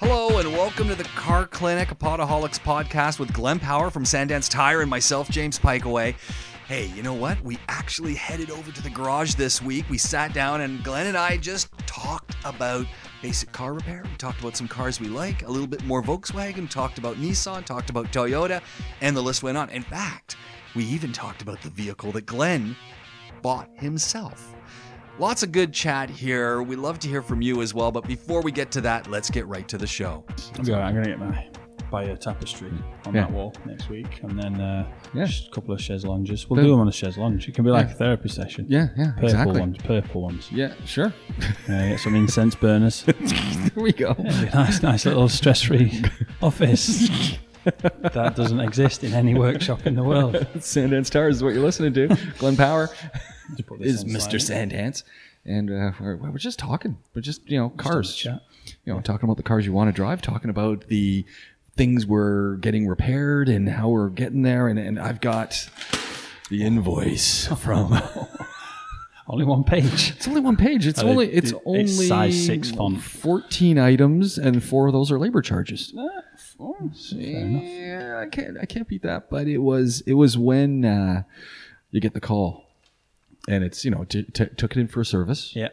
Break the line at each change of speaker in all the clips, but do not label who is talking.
Hello and welcome to the Car Clinic, a Podaholics podcast with Glenn Power from Sandance Tire and myself, James Pikeaway. Hey, you know what? We actually headed over to the garage this week. We sat down and Glenn and I just talked about basic car repair. We talked about some cars we like, a little bit more Volkswagen, talked about Nissan, talked about Toyota, and the list went on. In fact, we even talked about the vehicle that Glenn bought himself. Lots of good chat here. We love to hear from you as well. But before we get to that, let's get right to the show.
I'm gonna, I'm gonna get my buy a tapestry on
Mm. Yeah.
that wall next week, and then uh,
Yeah.
just a couple of chaise lounges. We'll
Then-
do them on a chaise lounge. It can be like a therapy session.
Yeah, yeah,
purple
exactly.
ones, purple ones.
Yeah, sure.
Uh, get some incense burners.
Here we go.
nice, nice little stress-free office. that doesn't exist in any workshop in the world.
Sandance Tires is what you're listening to. Glenn Power
put this
is
on
Mr.
silent.
Sandance. And uh, we're, we're just talking. We're just, you know, cars.
chat.
You know, talking about the cars you want to drive, talking about the things we're getting repaired and how we're getting there. And, and I've got the invoice from.
Only one page.
It's only one page. It's
Uh, it-
only it's
it- it's
only
size six font.
Fourteen items, and four of those are labor charges.
Fair enough.
Yeah, I can't I can't beat that. But it was it was when uh, you get the call, and it's you know t- t- took it in for a service,
Yeah.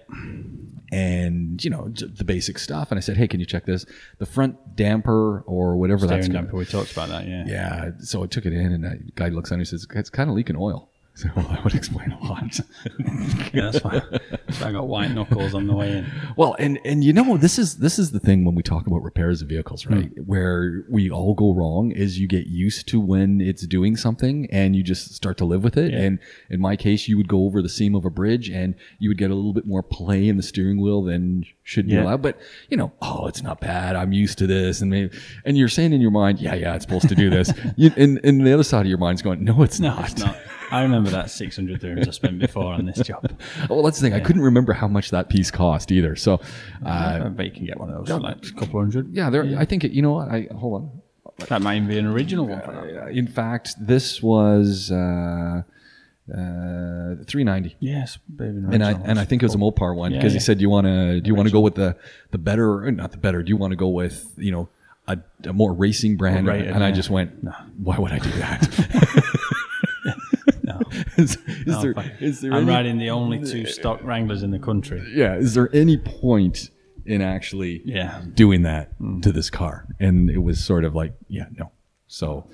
and you know j- the basic stuff. And I said, hey, can you check this? The front damper or whatever
Staring
that's gonna-
damper. We talked about that. Yeah.
Yeah, so I took it in, and the guy looks on. and He says, it's kind of leaking oil. So well, that would explain a lot.
Yeah, that's fine. So I got white knuckles on the way in.
Well, and and you know this is this is the thing when we talk about repairs of
Hmm.
vehicles, right? Where we all go wrong is you get used to when it's doing something and you just start to live with it.
Yeah.
And in my case, you would go over the seam of a bridge and you would get a little bit more play in the steering wheel than should be
Yeah.
allowed. But you know, oh, it's not bad. I'm used to this, and maybe, and you're saying in your mind, yeah, yeah, it's supposed to do this. you, and and the other side of your mind's going, no, it's
No,
not.
it's not. I remember that 600 dirhams I spent before on this job.
Well, that's the thing. I couldn't remember how much that piece cost either. So. Uh,
I bet you can get one of those for like a couple hundred.
yeah, there. I think it, you know what? I hold on.
That might even be an original one for that.
Uh, in fact, this was uh, uh, three ninety.
Yes, baby.
And I and I think it was a Mopar one
Yeah,
because he
yeah.
said, "Do you want to do you want to go with the the better or not the better? Do you want to go with you know a, a more racing brand?"
Right,
and I
yeah.
just went,
No.
"Why would I do that?"
no,
is, is
no,
there
fine.
is there
I'm
any,
riding the only two stock Wranglers in the country.
yeah is there any point in actually
Yeah.
doing that
Mm.
to this car. And it was sort of like, yeah, no. So,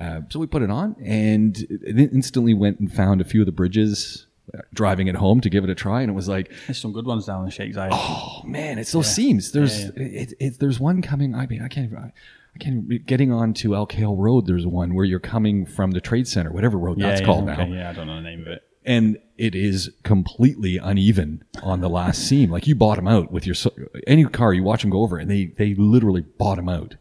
uh, so we put it on and it instantly went and found a few of the bridges uh, driving it home to give it a try. And it was like,
There's some good ones down in Sheikh Zayed.
oh man, it's those seams. There's, It, it, there's one coming. I mean, I can't even, I, I can't even, getting onto Alcale Road. There's one where you're coming from the trade center, whatever road
yeah,
that's
yeah,
called
okay,
now.
Yeah, I don't know the name of it.
And it is completely uneven on the last seam. Like you bottom out with your, so- any car, you watch them go over and they, they literally bottom out.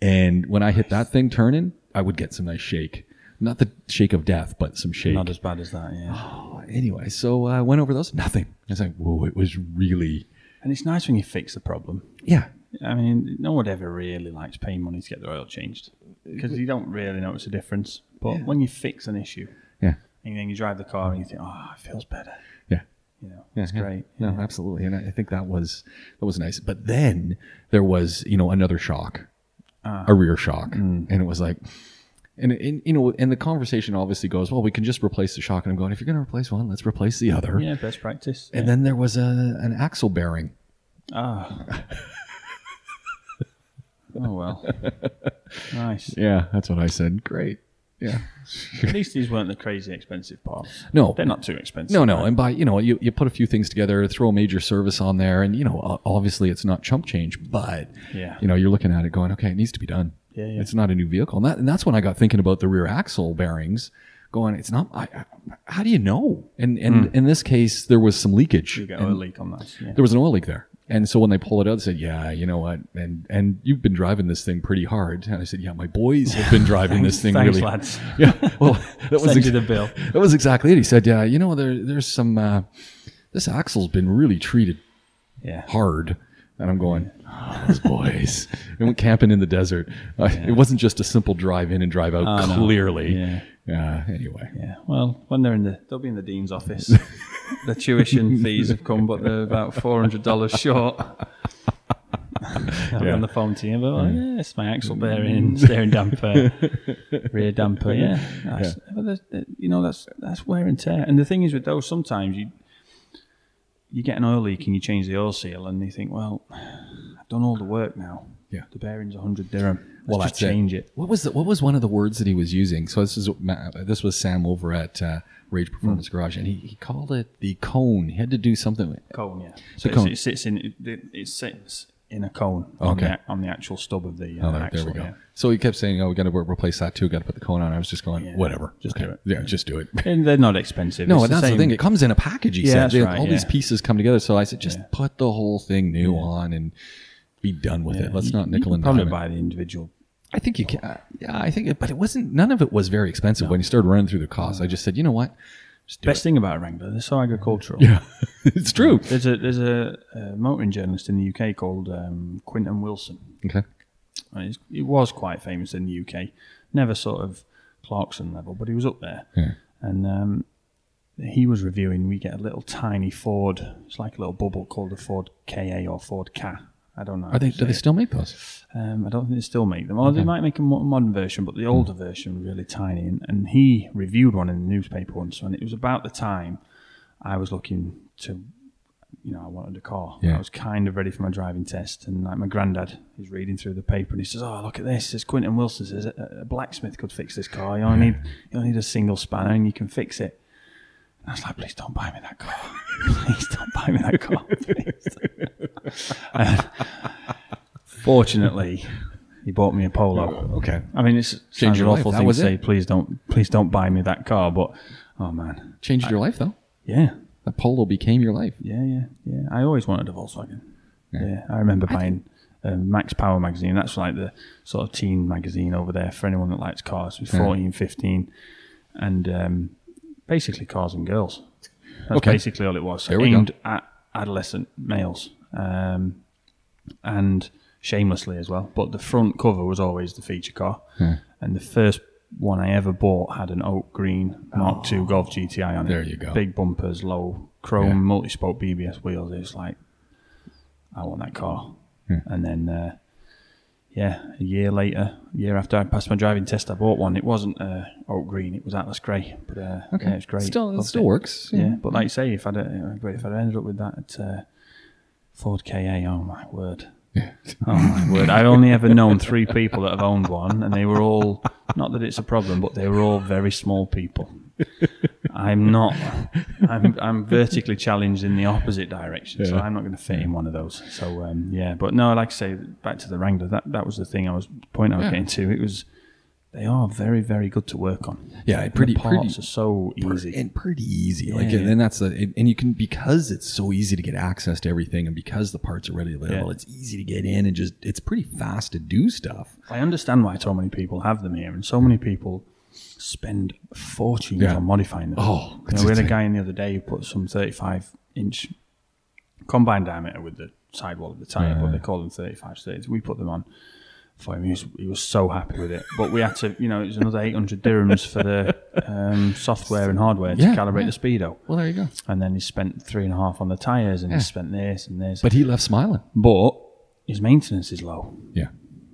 And when I hit that thing turning, I would get some nice shake. Not the shake of death, but some shake.
Not as bad as that, yeah.
anyway, so I went over those. Nothing. It's like, whoa, it was really.
And it's nice when you fix the problem.
Yeah.
I mean, no one ever really likes paying money to get their oil changed because you don't really notice a difference. But when you fix an issue
Yeah.
and then you drive the car and you think, oh, it feels better,
Yeah.
you know,
Yeah,
it's
yeah.
great.
No, absolutely. And I I think that was that was nice. But then there was, you know, another shock, a rear shock. And it was like, and, and, you know, and the conversation obviously goes, well, we can just replace the shock. And I'm going, if you're going to replace one, let's replace the other.
Yeah, best practice.
And then there was a, an axle bearing.
Ah. oh well. Nice.
Yeah, that's what I said. Great. Yeah.
At least these weren't the crazy expensive parts.
No.
They're not too expensive.
No, no, and by you know, you, you put a few things together, throw a major service on there, and you know, o- obviously it's not chump change, but
Yeah.
you know, you're looking at it going, okay, it needs to be done.
Yeah, yeah.
It's not a new vehicle, and, that, and that's when I got thinking about the rear axle bearings. Going, it's not. I, I, how do you know? And and in this case, there was some leakage.
Hmm. You get
and
oil leak on that. Yeah.
There was an oil leak there, and so when they pull it out, they said, "Yeah, you know what?" And and you've been driving this thing pretty hard. And I said, "Yeah, my boys have been driving this thing
Thanks,
really."
lads.
Yeah. Well, that was
Send
ex-
you the bill.
that was exactly it. He said, "Yeah, you know, there, there's some. Uh, this axle's been really treated
Yeah.
hard." And I'm going, oh, those boys. we went camping in the desert. Uh, It wasn't just a simple drive in and drive out.
Oh, no.
clearly,
Yeah.
Uh, anyway,
Yeah. Well, when they're in the, they'll be in the dean's office. the tuition fees have come, but they're about four hundred dollars short. I'm
Yeah. Mm.
on the phone to you, but oh, yeah, it's my axle bearing, steering damper, rear damper. Yeah, That's- but that's- that- you know that's that's wear and tear. And the thing is with those, sometimes you you get an oil leak and you change the oil seal, and you think, well, I've done all the work now.
Yeah.
the bearing's hundred dirham. Let's
well, that's
just change it.
What was the, what was one of the words that he was using? So this is Ma- this was Sam over at uh, Rage
Hmm.
Performance Garage, and he, he called it the cone. He had to do something. With
cone, yeah. So
cone.
It, sits in it, it, it sits in a cone on,
Okay.
the, on the actual stub of the uh,
Oh, there,
axle.
there we go.
yeah.
So he kept saying, "Oh, we got to replace that too. Got to put the cone on." I was just going,
Yeah.
"Whatever,
Just do it.
Yeah, just do it."
And they're not expensive.
No,
It's
and that's the
same-
thing. It comes in a package. He
Yeah,
said
that's
They-
right,
all these
yeah.
pieces come together. So I said, just put the whole thing new on and be done with
yeah.
it. Let's
You-
not
you
nickel
can
and dime
Probably
it.
buy the individual.
I think you can. Uh, yeah, I think it, but it wasn't. None of it was very expensive when you started running through the costs. I just said, you know what? Just do
Best thing about Wrangler, they're so agricultural.
Yeah, it's true.
There's a there's a, a motoring journalist in the UK called um, Quinton Wilson.
Okay.
And he's- He was quite famous in the UK. Never sort of Clarkson level, but he was up there.
Yeah.
And um, he was reviewing. We get a little tiny Ford. It's like a little bubble called a Ford KA or Ford Ka. I don't know. how
Are they?
to
Do
say
they
it.
still make those?
Um, I don't think they still make them. Or they might make a mo- modern version, but the older version was really tiny. And, and he reviewed one in the newspaper once, and it was about the time I was looking to, you know, I wanted a car.
Yeah.
I was kind of ready for my driving test, and like my granddad is reading through the paper, and he says, "Oh, look at this! Says Quinton Wilson says a, a blacksmith could fix this car. You only need you only need a single spanner, and you can fix it." And I was like, "Please don't buy me that car! Please don't buy me that car!" Please. Fortunately, he bought me a Polo.
Okay.
I mean, it's
Changed
sounds an
your life.
awful
That
thing to
was
say.
it.
Please don't, please don't buy me that car. But oh man,
Changed your life though.
yeah,
That polo became your life.
yeah, yeah, yeah. I always wanted a Volkswagen. Yeah, I remember buying um, Max Power magazine. That's like the sort of teen magazine over there for anyone that likes cars. It was 14, 15, and um, basically cars and girls. That's
Okay.
basically all it was.
There we go.
aimed at adolescent males. Um, and shamelessly as well. But the front cover was always the feature car,
Hmm.
and the first one I ever bought had an oak green Mark II Golf GTI on it.
Oh. There you go.
Big bumpers, low chrome
Yeah.
multi-spoke BBS wheels. It's like I want that car.
Hmm.
And then, uh, yeah, a year later, a year after I passed my driving test, I bought one. It wasn't uh, oak green; it was atlas grey. But uh, yeah, it's great.
Still, it
Loved
still
it.
works.
Yeah, but like you say, if I'd uh, if I'd ended up with that uh, Ford KA, oh my word,
Yeah.
oh my word! I've only ever known three people that have owned one, and they were all not that it's a problem, but they were all very small people. I'm not. I'm I'm vertically challenged in the opposite direction, so
Yeah.
I'm not going to fit in one of those. So um, yeah, but no, like I say, back to the Wrangler. That that was the thing I was point I was
Yeah.
getting to. It was. They are very, very good to work on.
Yeah,
And
pretty-
the parts
pretty-
are so easy.
and pretty easy. like,
yeah.
and then that's the, and- and you can because it's so easy to get access to everything, and because the parts are readily available,
Yeah.
it's easy to get in and just it's pretty fast to do stuff.
I understand why so many people have them here, and so many people spend fortunes
Yeah.
on modifying them.
Oh,
you know, we had a guy in the other day who put some 35 inch combined diameter with the sidewall of the tire, but they call them 35 30s. We put them on for him. He was, he was so happy with it, but we had to, you know, it was another 800 dirhams for the um, software and hardware to
Yeah,
calibrate the speedo.
Well, there you go.
And then he spent three and a half on the tires, and he spent this and this.
But he left smiling.
but his maintenance is low
Yeah.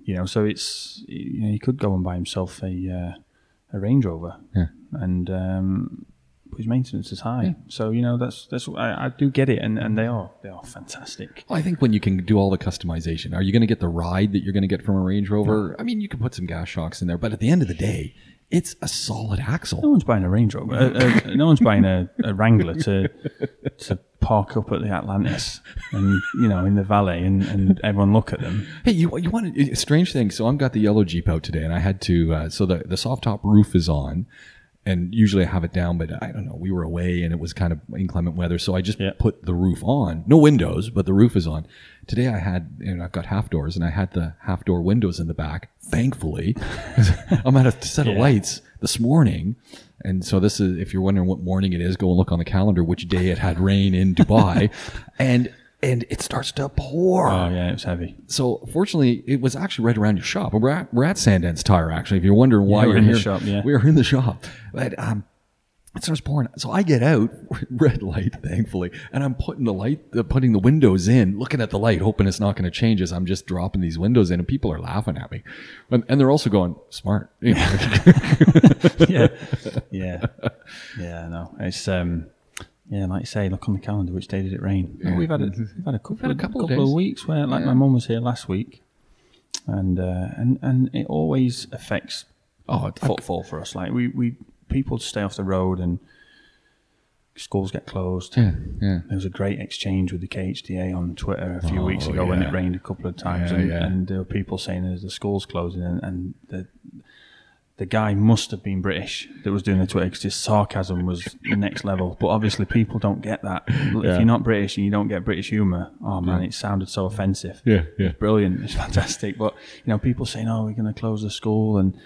you know, so it's you know he could go and buy himself a uh, a Range Rover,
Yeah.
and um, but his maintenance is high. So you know that's that's I, I do get it, and, and they are they are fantastic.
Well, I think when you can do all the customization, are you going to get the ride that you're going to get from a Range Rover? I mean, you can put some gas shocks in there, but at the end of the day, it's a solid
No
axle.
one's buying a Range Rover. Uh, uh, no one's buying a, a Wrangler to to park up at the Atlantis and you know in the valley and, and everyone look at them.
Hey, you you want a strange thing? So I've got the yellow Jeep out today, and I had to. Uh, so the the soft top roof is on, and usually I have it down, but I don't know. We were away, and it was kind of inclement weather, so I just
Yeah.
put the roof on. No windows, but the roof is on. Today I had, and I've got half doors, and I had the half door windows in the back. Thankfully, I'm at a set of lights this morning. And so this is, if you're wondering what morning it is, go and look on the calendar which day it had rain in Dubai, and and it starts to pour
Oh yeah, it's heavy.
so fortunately, it was actually right around your shop. We're at, we're at Sandance Tire, actually. If you're wondering why
we're
you're
in the
here,
shop, yeah.
we are in the shop. But um, it starts pouring. So I get out, red light, thankfully, and I'm putting the light, uh, putting the windows in, looking at the light, hoping it's not going to change as I'm just dropping these windows in, and people are laughing at me, and, and they're also going smart. You know,
yeah, yeah, yeah. I know it's um, yeah, like you say, look on the calendar. Which day did it rain? Oh, we've had a, we've had a couple,
Mm-hmm. Had a
of,
couple
couple,
of
of,
days.
weeks where like my mum was here last week, and uh, and and it always affects
oh, I-
footfall for us. Like we we people stay off the road and schools get closed.
yeah, yeah.
There was a great exchange with the KHDA on Twitter a few
Oh,
weeks ago when
yeah.
it rained a couple of times,
Yeah,
and,
yeah.
and there were people saying there's the school's closing, and, and the the guy must have been British that was doing the Twitter because his sarcasm was next level. But obviously, people don't get that. If you're not British and you don't get British humour, oh man, it sounded so offensive.
Yeah, yeah.
It's brilliant. It's fantastic. But you know, people saying, "Oh, we're going to close the school," and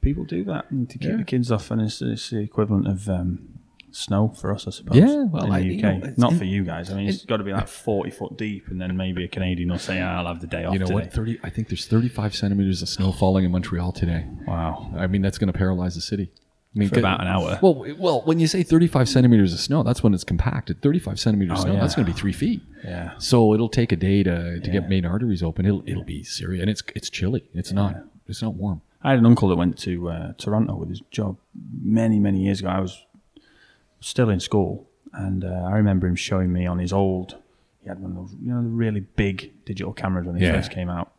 people do that and to keep the kids off, and it's, it's the equivalent of um, snow for us, I suppose.
Yeah, well,
in the
I-
UK,
you know, it's-
not for you guys. I mean, it's got to be like forty foot deep, and then maybe a Canadian will say, "Ah, "I'll have the day off
You know
today."
what? Thirty. I think there's 35 centimeters of snow falling in Montreal today.
Wow.
I mean, that's going to paralyze the city. I mean,
For
good-
about an hour.
Well, w- well, when you say 35 centimeters of snow, that's when it's compacted. 35 centimeters of
Oh,
snow,
yeah.
that's going to be three feet.
Yeah.
So it'll take a day to, to get main arteries open. It'll it'll be serious, and it's it's chilly. It's not it's not warm.
I had an uncle that went to uh, Toronto with his job many, many years ago. I was still in school, and uh, I remember him showing me on his old. He had one of those, you know, the really big digital cameras when they
Yeah.
first came out.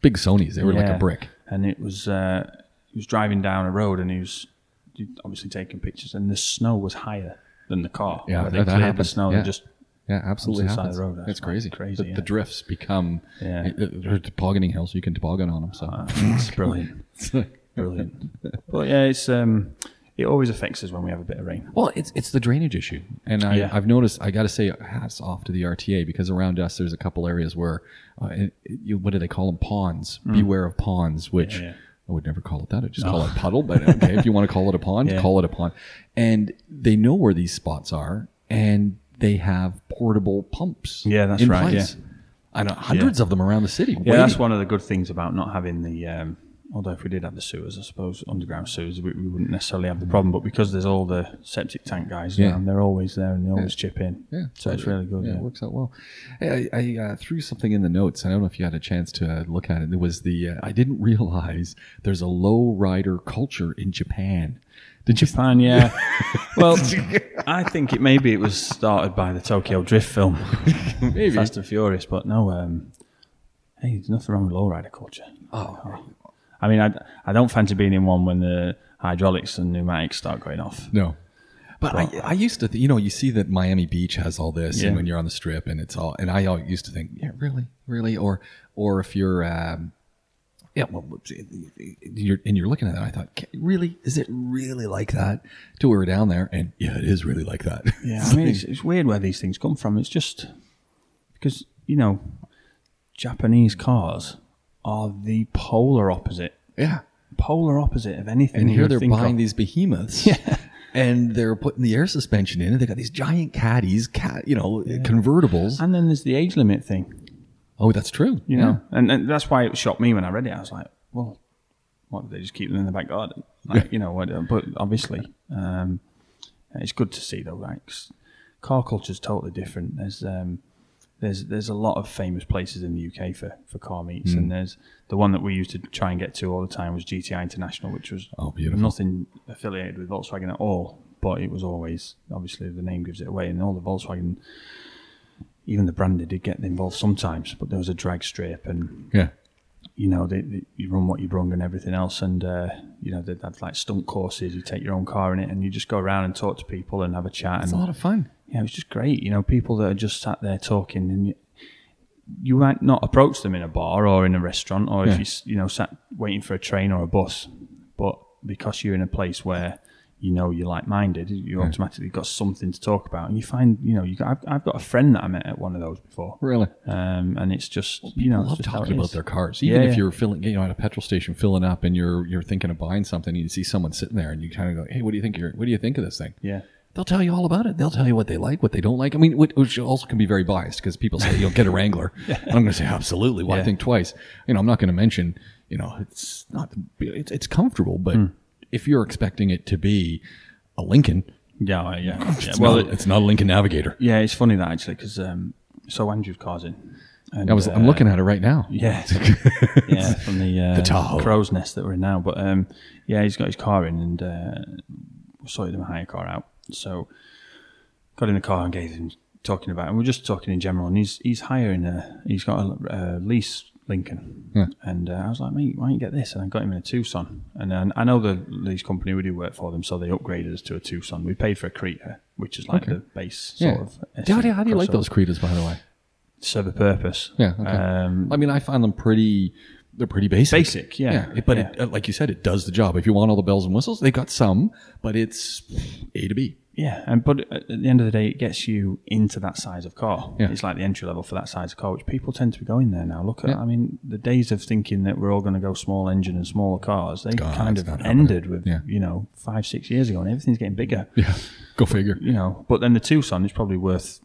Big Sony's, they were like a
Yeah.
brick.
And it was uh, he was driving down a road and he was he'd obviously taking pictures, and the snow was higher than the car.
Yeah,
Where they
that- that
cleared the
happens.
snow.
Yeah.
They just
Yeah, absolutely.
the side of
Happens.
the road, that's
it's crazy.
crazy,
the,
yeah.
the drifts become
Yeah.
uh, they're tobogganing hills. You can toboggan on them. So
it's brilliant, Uh-huh. brilliant. but yeah, it's um, it always affects us when we have a bit of rain.
Well, it's it's the drainage issue, and I,
Yeah.
I've noticed. I got to say, hats off to the RTA because around us there's a couple areas where, uh, it- you, what do they call them? Ponds. Beware of ponds, which
Mm. Yeah, yeah.
I would never call it that. I would just call it puddle. But okay, if you want to call it a pond,
Yeah.
call it a pond. And they know where these spots are, and they have portable pumps.
Yeah, that's
in
right,
Place. I know hundreds of them around the city.
Yeah,
waiting.
that's one of the good things about not having the. Um, although if we did have the sewers, I suppose underground sewers, we, we wouldn't necessarily have the problem. But because there's all the septic tank guys,
Yeah.
yeah. and they're always there and they always chip in.
Yeah,
so it's
it-
really good.
Yeah,
Yeah,
it works out well. Hey, I, I uh, threw something in the notes. and I don't know if you had a chance to uh, look at it. It was the uh, I didn't realize there's a low rider culture in Japan. Did you?
Japan, yeah. well, I think it maybe it was started by the Tokyo Drift film,
Maybe.
Fast and Furious. But no, um, hey, there's nothing wrong with lowrider culture.
Oh
I mean, I, I don't fancy being in one when the hydraulics and pneumatics start going off.
no. But I, I used to, th- you know, you see that Miami Beach has all this,
Yeah.
and when you're on the strip, and it's all, and I always used to think, yeah, really, really, or, or if you're, um, yeah, well, you're, and you're looking at that, I thought, "Ca- really, is it really like that? Till we were down there, and yeah, it is really like that.
Yeah, I mean, it's, it's weird where these things come from. It's just because you know, Japanese cars are the polar opposite,
yeah.
polar opposite of anything.
and
you
here
would
they're
think
buying
of.
these behemoths and they're putting the air suspension in and they got these giant caddies cat you know convertibles
And then there's the age limit thing.
oh that's true
you know, and, and that's why it shocked me when I read it. I was like, well, what did they just keep them in the back garden? Like, you know, what, but obviously, um, it's good to see though, right? 'Cause car culture's totally different. There's um, there's there's a lot of famous places in the UK for, for car meets,
Hmm.
and there's the one that we used to try and get to all the time was GTI International, which was
Oh, beautiful.
nothing affiliated with Volkswagen at all, but it was always obviously the name gives it away, and all the Volkswagen even the branded did get involved sometimes, but there was a drag strip and
yeah
you know they, they, you run what you brung and everything else, and uh, you know they'd have like stunt courses. You take your own car in it and you just go around and talk to people and have a chat.
it's a
and
lot of fun
yeah, it was just great. You know, people that are just sat there talking, and you, you might not approach them in a bar or in a restaurant, or
Yeah.
if you s- you know sat waiting for a train or a bus, but because you're in a place where you know you're like-minded, you automatically got something to talk about, and you find you know you got, I've, I've got a friend that I met at one of those before,
really
um, and it's just you know
I
it's
love
just how
talking
it
about
is.
their cars even
Yeah,
if
yeah.
you're filling you know at a petrol station filling up and you're you're thinking of buying something and you see someone sitting there and you kind of go hey what do you think you're what do you think of this thing
yeah.
They'll tell you all about it. They'll tell you what they like, what they don't like. I mean, which- which also can be very biased because people say you'll get a Wrangler. And I'm going to say absolutely. Why
Yeah.
think twice? You know, I'm not going to mention. You know,
Hmm.
it's not. It's, it's comfortable, but if you're expecting it to be a Lincoln,
Yeah, well, yeah. yeah.
It's
well,
not,
it-
it's not a Lincoln Navigator.
yeah, it's funny that actually because um, so Andrew's cars in. And,
I was, I'm
uh,
looking at it right now.
Yeah, yeah, from the, uh,
Tahoe.
crow's nest that we're in now. But um, yeah, he's got his car in and uh, we sorted him a hire car out. So got in the car and gave him talking about, and we are just talking in general. And he's he's hiring a he's got a, a lease Lincoln,
Yeah.
and uh, I was like, mate, why don't you get this? And I got him in a Tucson, and then I know the lease company we do work for them, so they upgraded us to a Tucson. We paid for a Creta, which is like the base
Yeah.
sort of.
How do, you- how do you like
crossover.
those Cretas, by the way?
Serve a purpose.
Yeah, okay.
Um,
I mean, I find them pretty. They're pretty basic.
Basic, yeah,
it- but
yeah.
It, uh, like you said, it does the job. If you want all the bells and whistles, they got some, but it's A to B.
Yeah, and but uh, at the end of the day, it gets you into that size of car.
Yeah.
It's like the entry level for that size of car, which people tend to be going there now. Look at,
Yeah.
I mean, the days of thinking that we're all going to go small engine and smaller cars, they
Gone,
kind
it's
of
not happening.
ended with
Yeah.
you know five, six years ago, and everything's getting bigger.
Yeah, go figure.
You know, but then the Tucson is probably worth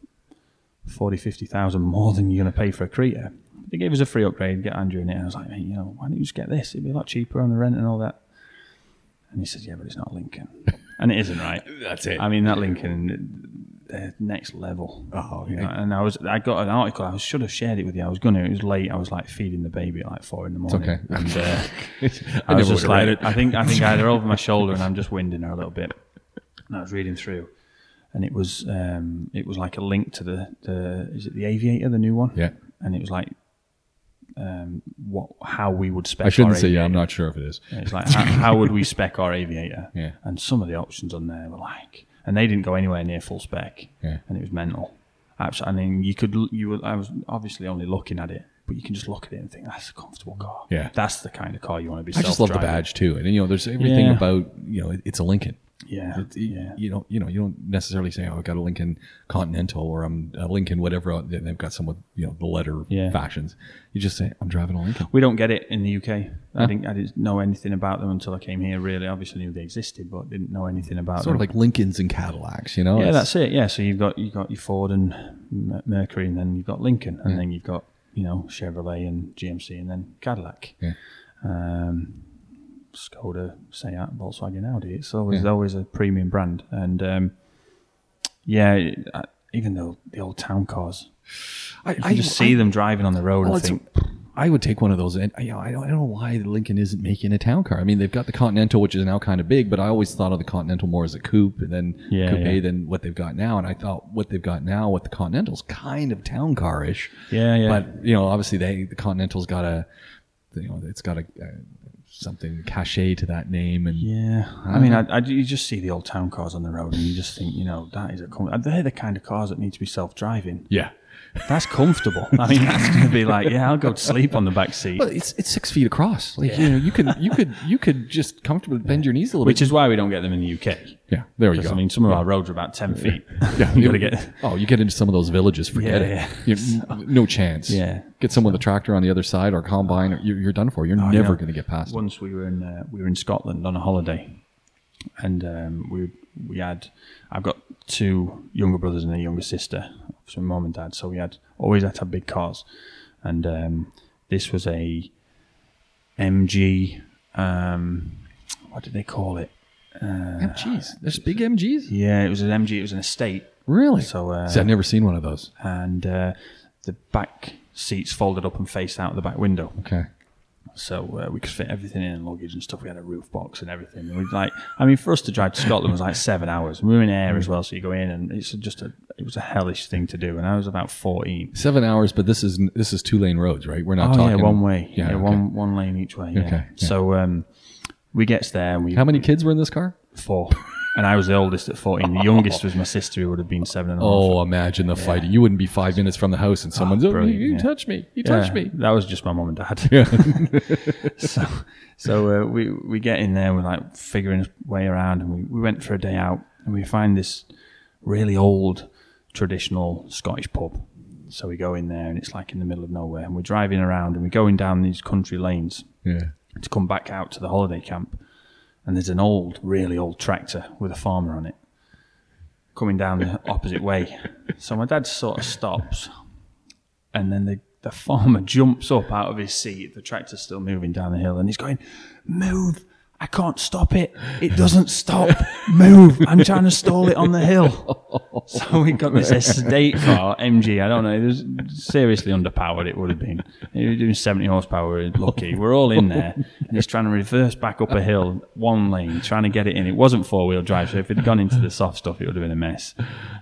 forty, fifty thousand more than you're going to pay for a Creta. They gave us a free upgrade, get Andrew in it. and I was like, mate, you know, why don't you just get this? It'd be a lot cheaper on the rent and all that. And he says, yeah, but it's not Lincoln, and it isn't right.
That's it.
I mean, that Lincoln, they're next level.
Oh,
You
yeah.
know, Uh, and I was, I got an article. I should have shared it with you. I was gonna. It was late. I was like feeding the baby at like four in the morning.
okay.
And, uh,
I,
I, was
never
just
just read
like,
it.
I think, I think I had her over my shoulder, and I'm just winding her a little bit. And I was reading through, and it was, um, it was like a link to the, the, is it the Aviator, the new one?
Yeah.
And it was like, um, what, how we would spec.
I shouldn't
our
say. Yeah,
Aviator.
I'm not sure if it is.
And It's like, how, how would we spec our aviator?
Yeah.
And some of the options on there were like, and they didn't go anywhere near full spec.
Yeah.
And it was mental. Absolutely. I mean, you could, l- you were, I was obviously only looking at it, but you can just look at it and think, that's a comfortable car.
Yeah.
That's the kind of car you want to be.
I just love the
self-driving.
badge too, and you know, there's everything
Yeah.
about you know, it- it's a Lincoln.
Yeah. yeah.
You don't, you know, you don't necessarily say, "Oh, I've got a Lincoln Continental" or "I'm a Lincoln whatever." and They've got some with you know the letter
Yeah. Oh.
fashions. You just say, "I'm driving a Lincoln."
We don't get it in the UK. I didn't, I didn't know anything about them until I came here. Really, obviously knew they existed, but didn't know anything about
Sort
them.
of like Lincolns and Cadillacs, you know.
Yeah,
It's-
that's it. Yeah, so you've got you have got your Ford and M- Mercury, and then you've got Lincoln,
Mm.
and then you've got you know Chevrolet and GMC, and then Cadillac,
Yeah.
um, Skoda, Seat, Volkswagen, Audi. It's always always a premium brand, and um, yeah, it- I, even though the old town cars,
I,
you can just see them driving on the road
Well,
and
it's-
think,
I would take one of those. And you know, I don't, I don't know why the Lincoln isn't making a town car. I mean, they've got the Continental, which is now kind of big, but I always thought of the Continental more as a coupe, and then
Yeah,
coupe,
yeah.
then what they've got now. And I thought what they've got now with the Continental's kind of town car-ish.
Yeah, yeah.
But you know, obviously, they the Continental's got a, you know, it's got a, uh something cachet to that name, and
Yeah,
Uh-huh.
I mean, I, I, you just see the old town cars on the road, and you just think, you know, that is a. Com- they're the kind of cars that need to be self-driving.
yeah.
That's comfortable. I mean, that's going to be like, yeah, I'll go to sleep on the back seat,
But it's it's six feet across. Like you know, you could you could you could just comfortably bend your knees a little
which
bit.
is why we don't get them in the UK.
yeah, there you
Because
go.
I mean, some of our roads are about ten feet.
Yeah,
you got to get.
Oh, you get into some of those villages, forget
Yeah,
it.
yeah.
You- n- no chance.
Yeah.
Get someone with a tractor on the other side or combine, or you're, you're done for. You're never
know.
going to get past. it.
Once we were in uh, we were in Scotland on a holiday, and um, we we had I've got two younger brothers and a younger sister, obviously my mum and dad. So we had always had to have big cars, and um, this was a MG. Um, what did they call it?
MGs. There's big MGs.
Yeah, it was an MG. It was an estate.
Really?
So, uh,
See, I've never seen one of those.
and uh, the back seats folded up and faced out the back window.
Okay.
So uh, we could fit everything in luggage and stuff. We had a roof box and everything. And we'd like, I mean, for us to drive to Scotland was like seven hours. And we were in air as well, so you go in and it's just a, it was a hellish thing to do. And I was about fourteen.
Seven hours, but this is this is two lane roads, right? We're not
Oh
talking
yeah, one way.
Yeah, okay.
Yeah, one one lane each way. Yeah.
Okay, yeah.
So um, we gets there and we
How many kids were in this car?
four, and I was the oldest at fourteen. The youngest was my sister, who would have been seven and a half.
Oh, imagine the fight. You wouldn't be five minutes from the house, and someone's, oh,
brilliant,
you, you
yeah.
touched me, you
Yeah,
touched me.
That was just my mum and dad. so so uh, we we get in there, we're like figuring a way around, and we, we went for a day out, and we find this really old traditional Scottish pub. So we go in there, and it's like in the middle of nowhere, and we're driving around, and we're going down these country lanes
Yeah.
to come back out to the holiday camp, and there's an old, really old tractor with a farmer on it coming down the opposite way. So my dad sort of stops, and then the, the farmer jumps up out of his seat. The tractor's still moving down the hill, and he's going, Move I can't stop it. It doesn't stop. Move. I'm trying to stall it on the hill. So we got this estate car, MG. I don't know. It was seriously underpowered, it would have been. It was doing 70 horsepower, lucky. We're all in there. And it's trying to reverse back up a hill, one lane, trying to get it in. It wasn't four wheel drive, so if it had gone into the soft stuff, it would have been a mess.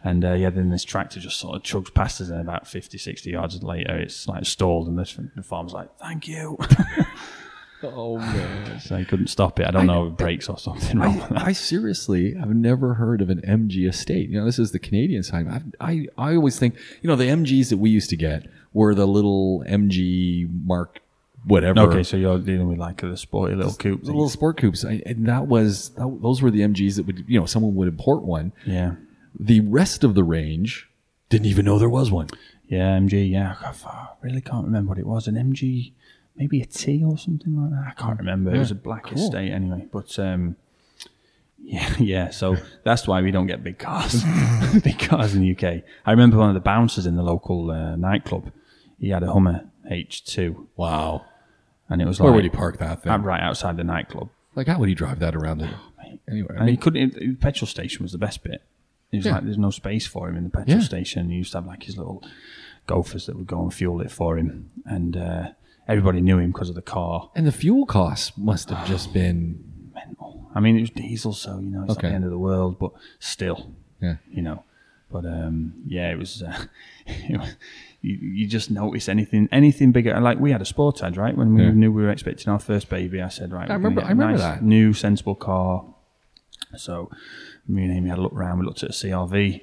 And uh, yeah, then this tractor just sort of chugs past us, and about 50, 60 yards later, it's like stalled, and this, the farm's like, thank you.
Oh man!
So I couldn't stop it. I don't know if brakes or something wrong with that.
I seriously have never heard of an MG estate. You know, this is the Canadian side. I've, I I always think you know the MGs that we used to get were the little MG Mark whatever.
Okay, so you're dealing with like the sporty little coupe.
the
thing.
little sport coupes, I, and that was that, those were the MGs that would you know someone would import one.
Yeah.
The rest of the range didn't even know there was one.
Yeah, MG. Yeah, I can't- I really can't remember what it was. An MG, maybe a T or something like that. I can't
Hmm.
remember. it was a black estate anyway. But um, yeah, yeah. So that's why we don't get big cars, big cars in the UK. I remember one of the bouncers in the local uh, nightclub. He had a Hummer H2,
Wow!
and it was
Where
like
would he park that thing?
out- right outside the nightclub.
like how would he drive that around? The, anyway, I
And
mean,
he couldn't. The petrol station was the best bit. It was
Yeah.
like there's no space for him in the petrol
Yeah.
station. He used to have like his little gophers that would go and fuel it for him, and uh, everybody knew him because of the car.
and the fuel costs must have just been
Mental. I mean, it was diesel, so you know it's not
Okay.
the end of the world, but still,
yeah.
you know. But um, yeah, it was. Uh, it was you, you just notice anything, anything bigger. Like we had a Sportage, right? When we
Yeah.
knew we were expecting our first baby, I said, right,
I
we're gonna
remember-
get
I remember
a nice,
that.
new sensible car. So me and Amy had a look around. We looked at a CRV.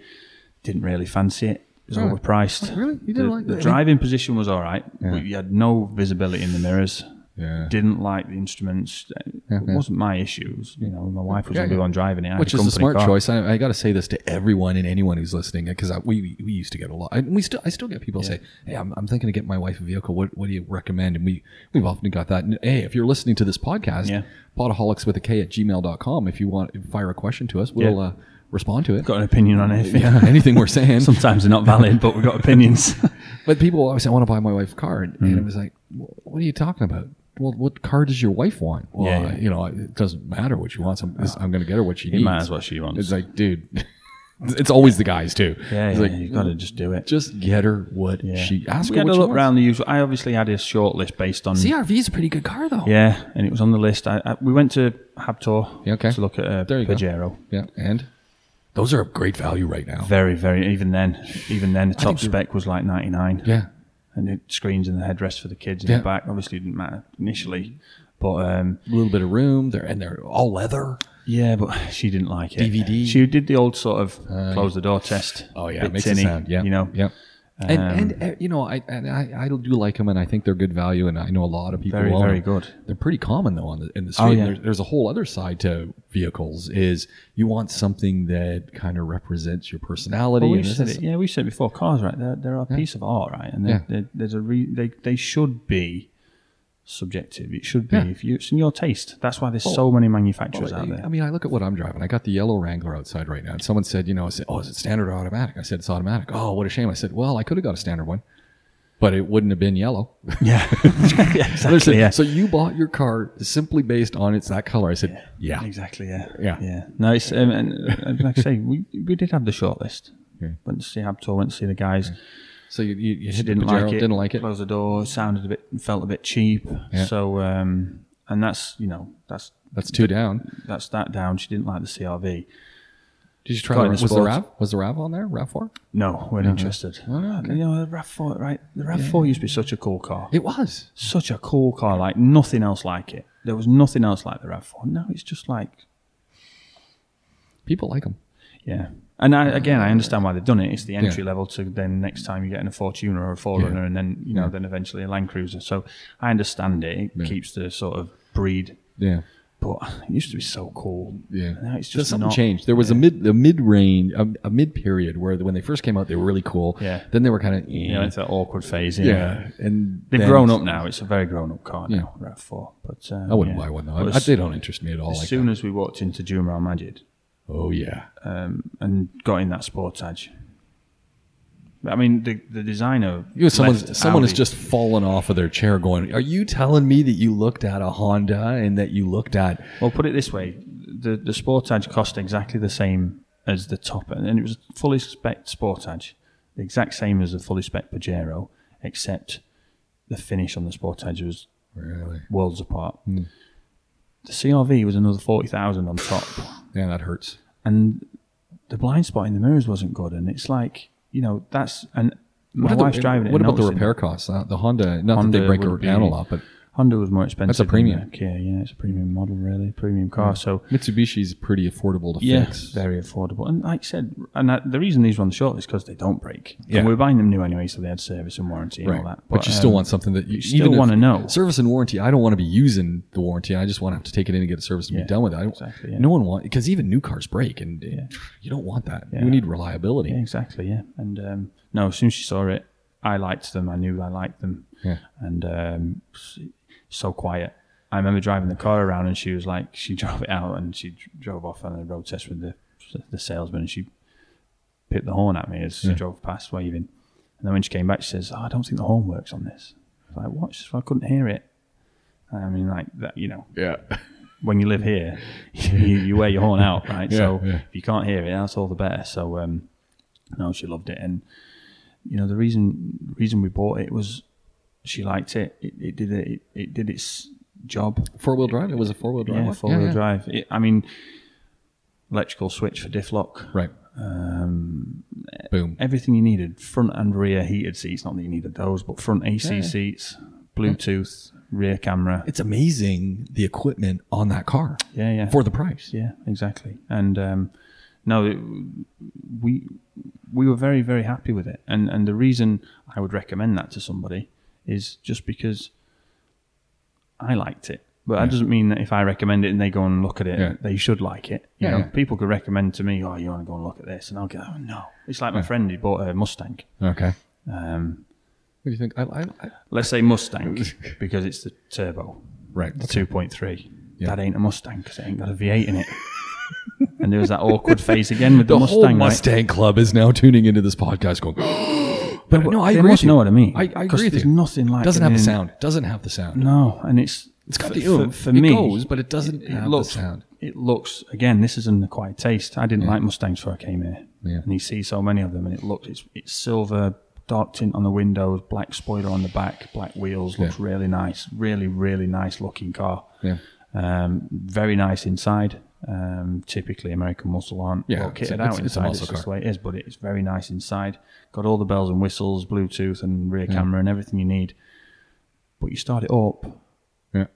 Didn't really fancy it. It was
Oh,
overpriced.
really? You
the,
didn't like
the
that?
driving position was all right. But you had no visibility in the mirrors.
Yeah.
Didn't like the instruments. Uh,
Yeah,
it
yeah.
wasn't my issues. You know, my wife was
Yeah,
the
yeah.
one driving it. I had
which
a
is the
company
smart
car.
choice. I, I got to say this to everyone and anyone who's listening because we we used to get a lot. And we still I still get people say, "Hey, I'm, I'm thinking of getting my wife a vehicle. What what do you recommend?" And we we've often got that. And, hey, if you're listening to this podcast,
Yeah.
podaholics with a K at gmail.com, If you want fire a question to us, we'll uh,
Yeah.
respond to it.
Got an opinion on anything.
Anything we're saying.
Sometimes they're not valid, but we've got opinions.
But people always say, I want to buy my wife a car. And, and it
Mm-hmm.
was like, "Wh- what are you talking about? Well, what car does your wife want? Well,
Yeah, yeah.
you know, it doesn't matter what she wants. I'm, this- I'm going to get her what she
it
needs.
matters what she wants.
It's like, dude, it's always the guys too.
yeah,
it's
yeah,
like,
you've got to just do it.
just get her what
Yeah.
she asked.
we had a look around the usual. I obviously had a short list based on.
CRV is a pretty good car though.
Yeah, and it was on the list. I, I, we went to Habtor
Yeah, okay.
to look at a
There you go.
Pajero.
Yeah, and those are a great value right now.
Very, very. Even then, even then, the top
think they're-
spec was like ninety nine.
Yeah,
and it screens in the headrest for the kids in
Yeah.
the back. Obviously, it didn't matter initially, but um,
a little bit of room. They're and they're all leather.
yeah, but she didn't like it.
DVD.
She did the old sort of close the door test.
Oh yeah,
bit
it makes
tinny,
a sound. Yeah,
you know. Um,
Yeah. And, and uh, you know I and I, I do like them and I think they're good value and I know a lot of people
Very,
own
very
'em.
good. Oh,
They're pretty common though on the in the street. And
yeah.
there's, there's a whole other side to vehicles is you want something that kind of represents your personality.
Well, we've
and this
said
is-
it. Yeah, we said it before. Cars, right? They're, they're a piece of art, right? And
Yeah.
they're they're- there's a re- they they should be subjective. It should be
Yeah.
if you it's in your taste. That's why there's so many manufacturers
Well,
out
I-
there.
I mean, I look at what I'm driving. I got the yellow Wrangler outside right now. And someone said, you know, I said, oh, is it standard or automatic? I said, it's automatic. Oh, what a shame. I said, well, I could have got a standard one, but it wouldn't have been yellow.
yeah, yeah, exactly.
They said,
yeah.
So you bought your car simply based on it's that color. I said, yeah.
Exactly. Yeah.
Yeah.
Yeah. No, it's um, and uh, like I say, we we did have the shortlist.
Yeah.
Went to see Habtor. Went to see the guys.
So you, you, you
She
hit the
didn't like
Pajero,
it.
Didn't like it.
Closed the door. Sounded a bit. Felt a bit cheap.
Yeah.
So um, and that's you know that's
That's two down.
that's that down. She didn't like the CRV.
Did you try
Got
the,
in
was
the
the
sports.
RAV? Was the RAV on there? RAV four?
No, weren't interested. You know, the RAV4, right? The RAV4 used to be such a cool car.
It was.
Such a cool car, like nothing else like it. There was nothing else like the RAV4. Now it's just like,
People like them.
yeah. And I, again, I understand why they've done it. It's the entry level to then next time you're getting a Fortuner or a 4Runner and then, you know, then eventually a Land Cruiser. So I understand it. It keeps the sort of breed.
Yeah.
But it used to be so cool.
Yeah,
Now it's
So
just
something
not-
changed. There was a mid a mid range a, a mid period where the, when they first came out they were really cool.
Yeah.
Then they were kind of
You know, it's that awkward phase. Yeah.
Yeah, and
They've
then-
grown up now. It's a very grown up car now, RAV4. But, um,
I wouldn't
yeah.
buy one though.
But
I,
as-
they don't interest me at all.
As
Like
soon
that.
as we walked into Jumaral Majid
Oh yeah,
um, and got in that Sportage, I mean, the, the designer.
You know, someone's,
left
someone has
Audi.
just fallen off of their chair going, Are you telling me that you looked at a Honda and that you looked at.
Well, put it this way: the the Sportage cost exactly the same as the top, end, and it was a fully spec Sportage, the exact same as the fully spec Pajero, except the finish on the Sportage was
Really? Hmm.
worlds apart. The CRV was another forty thousand on top,
Yeah, that hurts.
and the blind spot in the mirrors wasn't good. And it's like you know that's and my
about the-
wife's driving it.
What
and
about the
noticing
repair costs? Uh, the Honda, not that they
Honda
break
would
it
be-
down a lot, but
Honda was more expensive.
That's a
than
premium.
the Kia, yeah, it's a premium model, really premium car. So
Mitsubishi's pretty affordable to
Yes,
fix.
very affordable. And like I said, and that, the reason these were on the short is because they don't break.
Yeah.
And we're buying them new anyway, so they had service and warranty and
Right.
all that.
But, you still
um,
want something that you,
still
even if-
wanna know.
Service and warranty. I don't want to be using the warranty. I just want to have to take it in and get it serviced and
Yeah,
be done with it. I don't,
exactly, yeah.
No one wants, because even new cars break and you don't want that. You need reliability.
Yeah, exactly. Yeah. And um, no, as soon as she saw it, I liked them. I knew I liked them.
Yeah.
And um, s- so quiet. I remember driving the car around, and she was like, she drove it out, and she dr- drove off on a road test with the the salesman, and she picked the horn at me as she drove past, waving. And then when she came back, she says, oh, "I don't think the horn works on this." I was like, "What?" She says, well, "I couldn't hear it." I mean, like that, you know
Yeah.
when you live here, you, you wear your horn out, right? so
yeah.
if you can't hear it, that's all the better. So um, no, she loved it, and you know the reason reason we bought it was she liked it. It, it did it, it it did its job.
Four wheel drive. It was a four wheel drive.
Yeah,
one?
four wheel
yeah.
drive. It, I mean, electrical switch for diff lock.
Right. Um, Boom.
Everything you needed: front and rear heated seats. Not that you needed those, but front AC seats, Bluetooth, rear camera.
It's amazing the equipment on that car
Yeah, yeah.
for the price.
Yeah, exactly. And um, no, it, we we were very very happy with it. And and the reason I would recommend that to somebody is just because I liked it. But that doesn't mean that if I recommend it and they go and look at it,
Yeah.
they should like it. You
Yeah,
know,
yeah.
people could recommend to me, "Oh, you want to go and look at this," and I'll go, "Oh, "No." It's like my friend who bought a Mustang.
Okay. What
Um,
do you think? I, I, I,
let's say Mustang because it's the turbo.
right.
The 2.3.
Yeah.
That ain't a Mustang because it ain't got a V8 in it. and there was that awkward phase again with the,
The
Mustang.
whole
right?
Mustang Club is now tuning into this podcast going, but no, I
they
agree
must
with you.
know what I mean.
I, I
'cause
agree with
there's
you.
nothing like
doesn't
it
have the
in-
sound. Doesn't have the sound.
No, and it's
It's got
for,
the
for-
oomph.
for
It
me.
goes, but it doesn't have the sound.
It looks again. This is an acquired taste. I didn't like Mustangs before I came here,
Yeah.
and you see so many of them, and it looks it's, it's silver, dark tint on the windows, black spoiler on the back, black wheels. Looks really nice. Really, really nice looking car.
Yeah.
Um, very nice inside. Um, typically, American muscle aren't
Yeah,
well
it's
kitted
a-
out
it's- it's a
inside. It's,
muscle
just the way it is, but it's very nice inside. Got all the bells and whistles, Bluetooth and rear camera and everything you need. But you start it up
Yeah.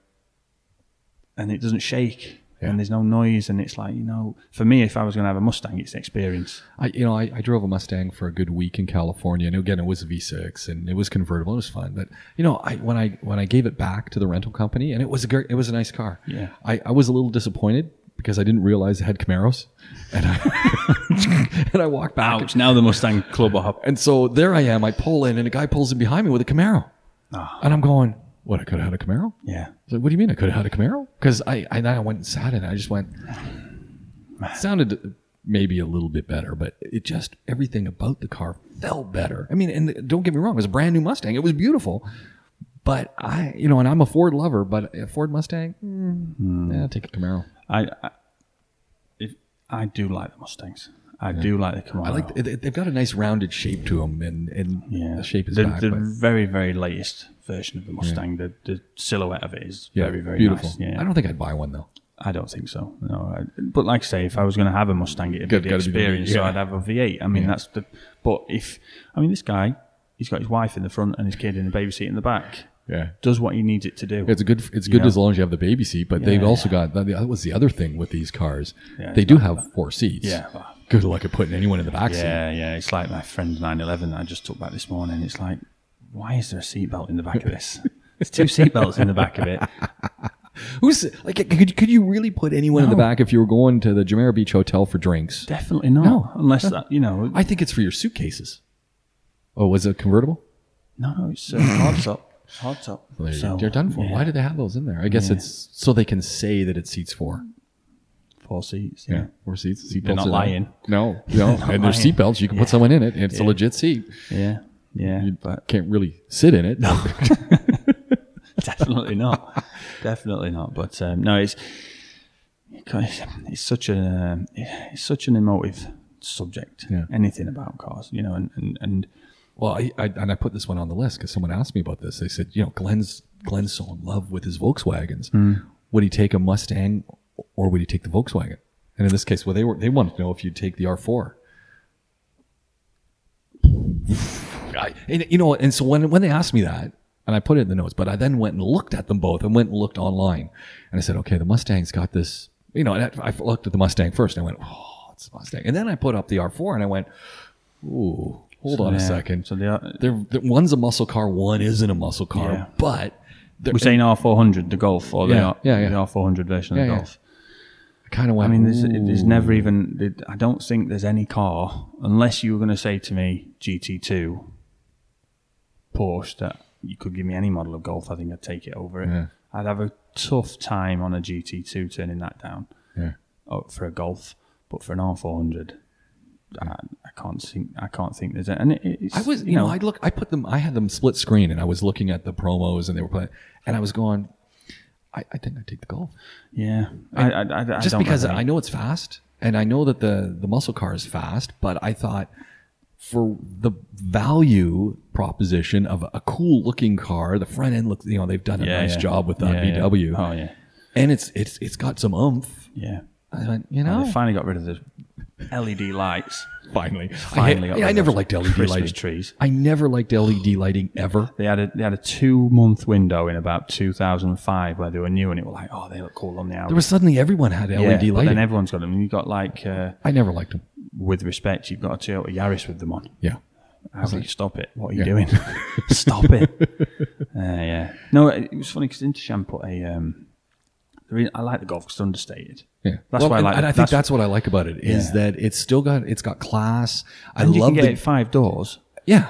and it doesn't shake
Yeah.
and there's no noise and it's like you know for me if i was going to have a mustang it's the experience
I, you know, I, I drove a Mustang for a good week in California, and again, it was a V6, and it was convertible. It was fun, but you know, I when I when I gave it back to the rental company, and it was a great, it was a nice car.
Yeah.
I, I was a little disappointed because I didn't realize it had Camaros, and I, and I walked back,
ouch now the mustang club hop
and so there I am. I pull in, and a guy pulls in behind me with a Camaro,
Ah.
and I'm going, "What? I could have had a Camaro." I
yeah
was like, what do you mean? I could have had a Camaro? Because I, I, and I went and sat in it. I just went, it sounded uh, maybe a little bit better, but it just, everything about the car felt better. I mean, and uh, don't get me wrong, it was a brand new Mustang. It was beautiful. But I, you know, and I'm a Ford lover, but a Ford Mustang, mm,
Hmm.
yeah, take a Camaro.
i i, if, I do like the mustangs i do like the Camaro.
I like, they- they've got a nice rounded shape to them, and, and
yeah
the shape is
the,
back.
the
but-
very very latest version of the mustang the, the silhouette of it is
yeah,
very very
beautiful.
nice yeah
I don't think I'd buy one though.
I don't think so. No, I, but like I say, if I was going to have a Mustang, it'd
Gotta-
be the
gotta be the-
experience. So
yeah.
I'd have a V8. I mean, that's the. But if I mean, this guy, he's got his wife in the front and his kid in the baby seat in the back.
Yeah.
Does what he needs it to do.
It's a good. It's good
know?
as long as you have the baby seat. But they've
Yeah.
also got that, that was the other thing with these cars.
Yeah,
they
it's
do have four seats.
Yeah.
Good luck at putting anyone in the back seat.
Yeah, yeah. It's like my friend's 911 that I just took back this morning. It's like, why is there a seatbelt in the back of this? There's two seatbelts in the back of it.
Who's like? Could, could you really put anyone in the
No.
back if you were going to the Jumeirah Beach Hotel for drinks?
Definitely not.
No.
Unless that, you know,
I think it's for your suitcases. Oh, was it convertible?
no, no, it's uh, hard top. Hard top.
Well, They're,
So,
they're done for.
yeah,
Why do they have those in there? I guess it's so they can say that it seats four.
four seats.
Yeah, four seats. Seat
They're
belts
not
are down.
lying.
No, no. and there's
lying.
seat belts. You can put someone in it. and It's a legit seat.
yeah, yeah.
You
but
can't really sit in it. No.
definitely not. definitely not. But um, no, it's it's such a um, it's such an emotive subject.
Yeah.
Anything about cars, you know, and and, and
Well, I, I and I put this one on the list because someone asked me about this. They said, you know, Glenn's Glenn's so in love with his Volkswagens. Would he take a Mustang or would he take the Volkswagen? And in this case, well, they were they wanted to know if you'd take the R4. I, and you know, what, and so when when they asked me that, and I put it in the notes, but I then went and looked at them both, and went and looked online, and I said, okay, the Mustang's got this. You know, and I, I looked at the Mustang first, and I went, oh, it's a Mustang, and then I put up the R4, and I went, ooh, hold on
yeah.
a second.
So they are,
They're, they're- one's a muscle car, one isn't a muscle car,
Yeah.
but they're-
we're saying R four hundred, the Golf, or
Yeah,
the,
yeah, yeah.
the R four hundred version of
Yeah,
the
yeah.
Golf.
I kind of
I
went.
mean, there's, there's
"Ooh."
never even. there- I don't think there's any car, unless you were going to say to me GT2 Porsche that you could give me any model of Golf. I think I'd take it over it.
Yeah.
I'd have a tough time on a GT2 turning that down
Yeah.
oh, for a Golf, but for an R400, I, I can't think. I can't think there's. A, and it, it's,
I was, you know, I look, I put them, I had them split screen, and I was looking at the promos, and they were playing, and I was going, I, I think I would take the golf
yeah, I, I, I, I
just
don't
because
have any-
I know it's fast, and I know that the the muscle car is fast, but I thought for the value proposition of a cool looking car, the front end looks, you know, they've done a
Yeah,
nice
yeah.
job with that
Yeah, yeah.
VW,
Oh yeah,
and it's it's it's got some oomph.
yeah.
I went, you
And
know,
They finally got rid of the LED lights.
finally,
finally
I,
got
yeah,
rid
I
of
never
those
liked E LED
Christmas
lighting.
trees.
I never liked LED lighting ever.
They had a they had a two month window in about 2005 where they were new, and it was like, oh, they look cool on the
There
album.
was suddenly everyone had LED
yeah,
lighting.
but then everyone's got them. And you got like, uh,
I never liked them.
with respect, you've got a Toyota Yaris with them on.
Yeah.
I was like, stop it! What are you
Yeah.
doing? stop it! Uh, yeah. No, it it was funny because Intersham put a. Um, the re- I like the golf 'cause it's understated.
Yeah.
That's why I
and,
like
and
it.
I think that's,
That's-
what I like about it is
Yeah.
that it's still got it's got class. I
And you
love
can get
the
it five doors,
yeah,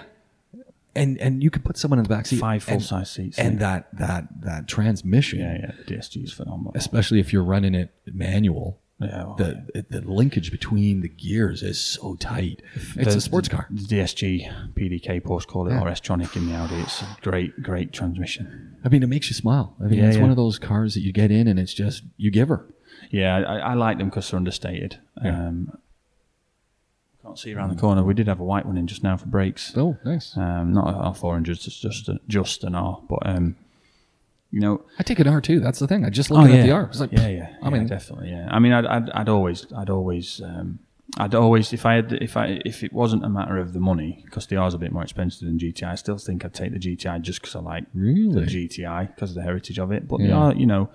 and and you could put someone in the back seat,
five full
and,
size seats,
and that that that transmission,
yeah, yeah, the DSG is phenomenal.
especially if you're running it manual.
Oh, Yeah, well,
The, the linkage between the gears is so tight. It's
The-
a sports car.
The DSG PDK Porsche call it or S-Tronic in the Audi. It's a great, great transmission.
I mean, it makes you smile. I mean,
Yeah,
it's
yeah.
one of those cars that you get in and it's just you give her.
Yeah, I, I like them because they're understated. Um, can't see around the corner. We did have a white one in just now for brakes.
Oh, nice.
Um, not an R400, it's just a, just an R. But um, you know,
I take an R too. That's the thing. I just looking at the R. It's like,
Oh, yeah, yeah.
I mean,
definitely, yeah. I mean, I'd, I'd, I'd always, I'd always, um, I'd always, if I had, if I, if it wasn't a matter of the money, because the R's a bit more expensive than GTI, I still think I'd take the GTI just because I like
Really?
the GTI because of the heritage of it. But the
Yeah.
R, you know,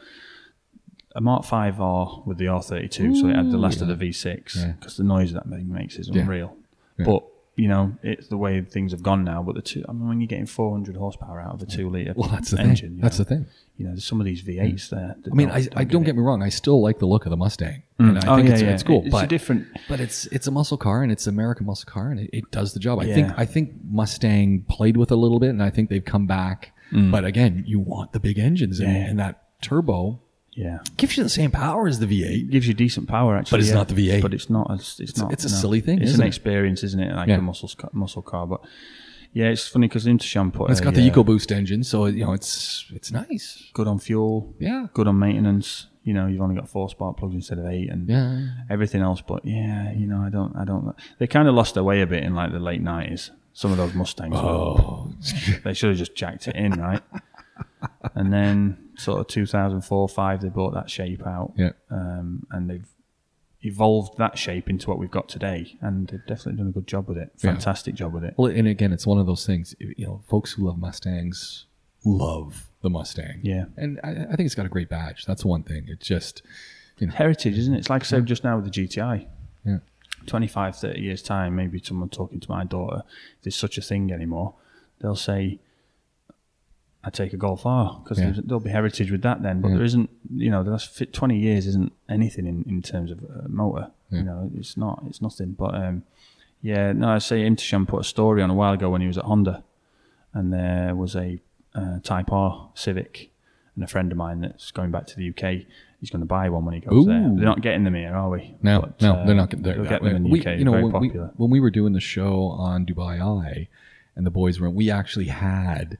a Mark Five R with the R thirty two, so it had the last of the V six
Yeah.
because the noise that thing makes is unreal. But you know, it's the way things have gone now. But the two, I mean, when you're getting 400 horsepower out of a two liter
well, that's the
engine,
thing.
you
That's
know,
the thing.
you know, there's some of these V8s there. that
I mean,
don't-
I, I don't
give
get me wrong. I still like the look of the Mustang, and I
Oh,
think
yeah,
it's,
yeah.
it's cool.
It's a
but
different-
but it's it's a muscle car, and it's an American muscle car, and it, it does the job. I
Yeah.
think I think Mustang played with a little bit, and I think they've come back. But again, you want the big engines, and,
Mm. Yeah.
and that turbo
Yeah,
gives you the same power as the
it
V8.
gives you decent power actually.
But it's
yeah.
not the V8.
But it's not. It's, it's not.
it's a silly thing,
It's
isn't
an
it?
experience, isn't it? Like
Yeah.
a muscle ca- muscle car. But yeah, it's funny because Intersham put.
It's
a,
got the
uh,
EcoBoost engine, so you know it's it's nice.
Good on fuel.
Yeah.
Good on maintenance. You know, you've only got four spark plugs instead of eight, and
Yeah.
everything else. But yeah, you know, I don't, I don't. They kind of lost their way a bit in like the late nineties. Some of those Mustangs. were-
Oh,
They should have just jacked it in, right? and then sort of 2004, five, they brought that shape out.
yeah.
um, and they've evolved that shape into what we've got today. And they've definitely done a good job with it.
Yeah.
Fantastic job with it.
Well, and again, it's one of those things. You know, folks who love Mustangs love the Mustang.
Yeah.
and I, I think it's got a great badge. That's one thing. It's just, you know,
Heritage, isn't it? It's like I said just now with the GTI.
Yeah.
25, 30 years' time, maybe someone talking to my daughter, if there's such a thing anymore, they'll say, I take a Golf R because
Yeah.
there'll be heritage with that then. But there isn't, you know, the last fi 20 years isn't anything in, in terms of uh, motor. You know, it's not, it's nothing. But um, yeah, no, I say Intersham put a story on a while ago when he was at Honda and there was a uh, Type R Civic and a friend of mine that's going back to the UK he's going to buy one when he goes
Ooh.
there. They're not getting them here, are we?
No,
But,
no,
uh,
they're not. They're
they'll
that
get
way.
them in the
We-
UK.
You know,
very
when we,
popular.
when we were doing the show on Dubai Eye, and the boys were, we actually had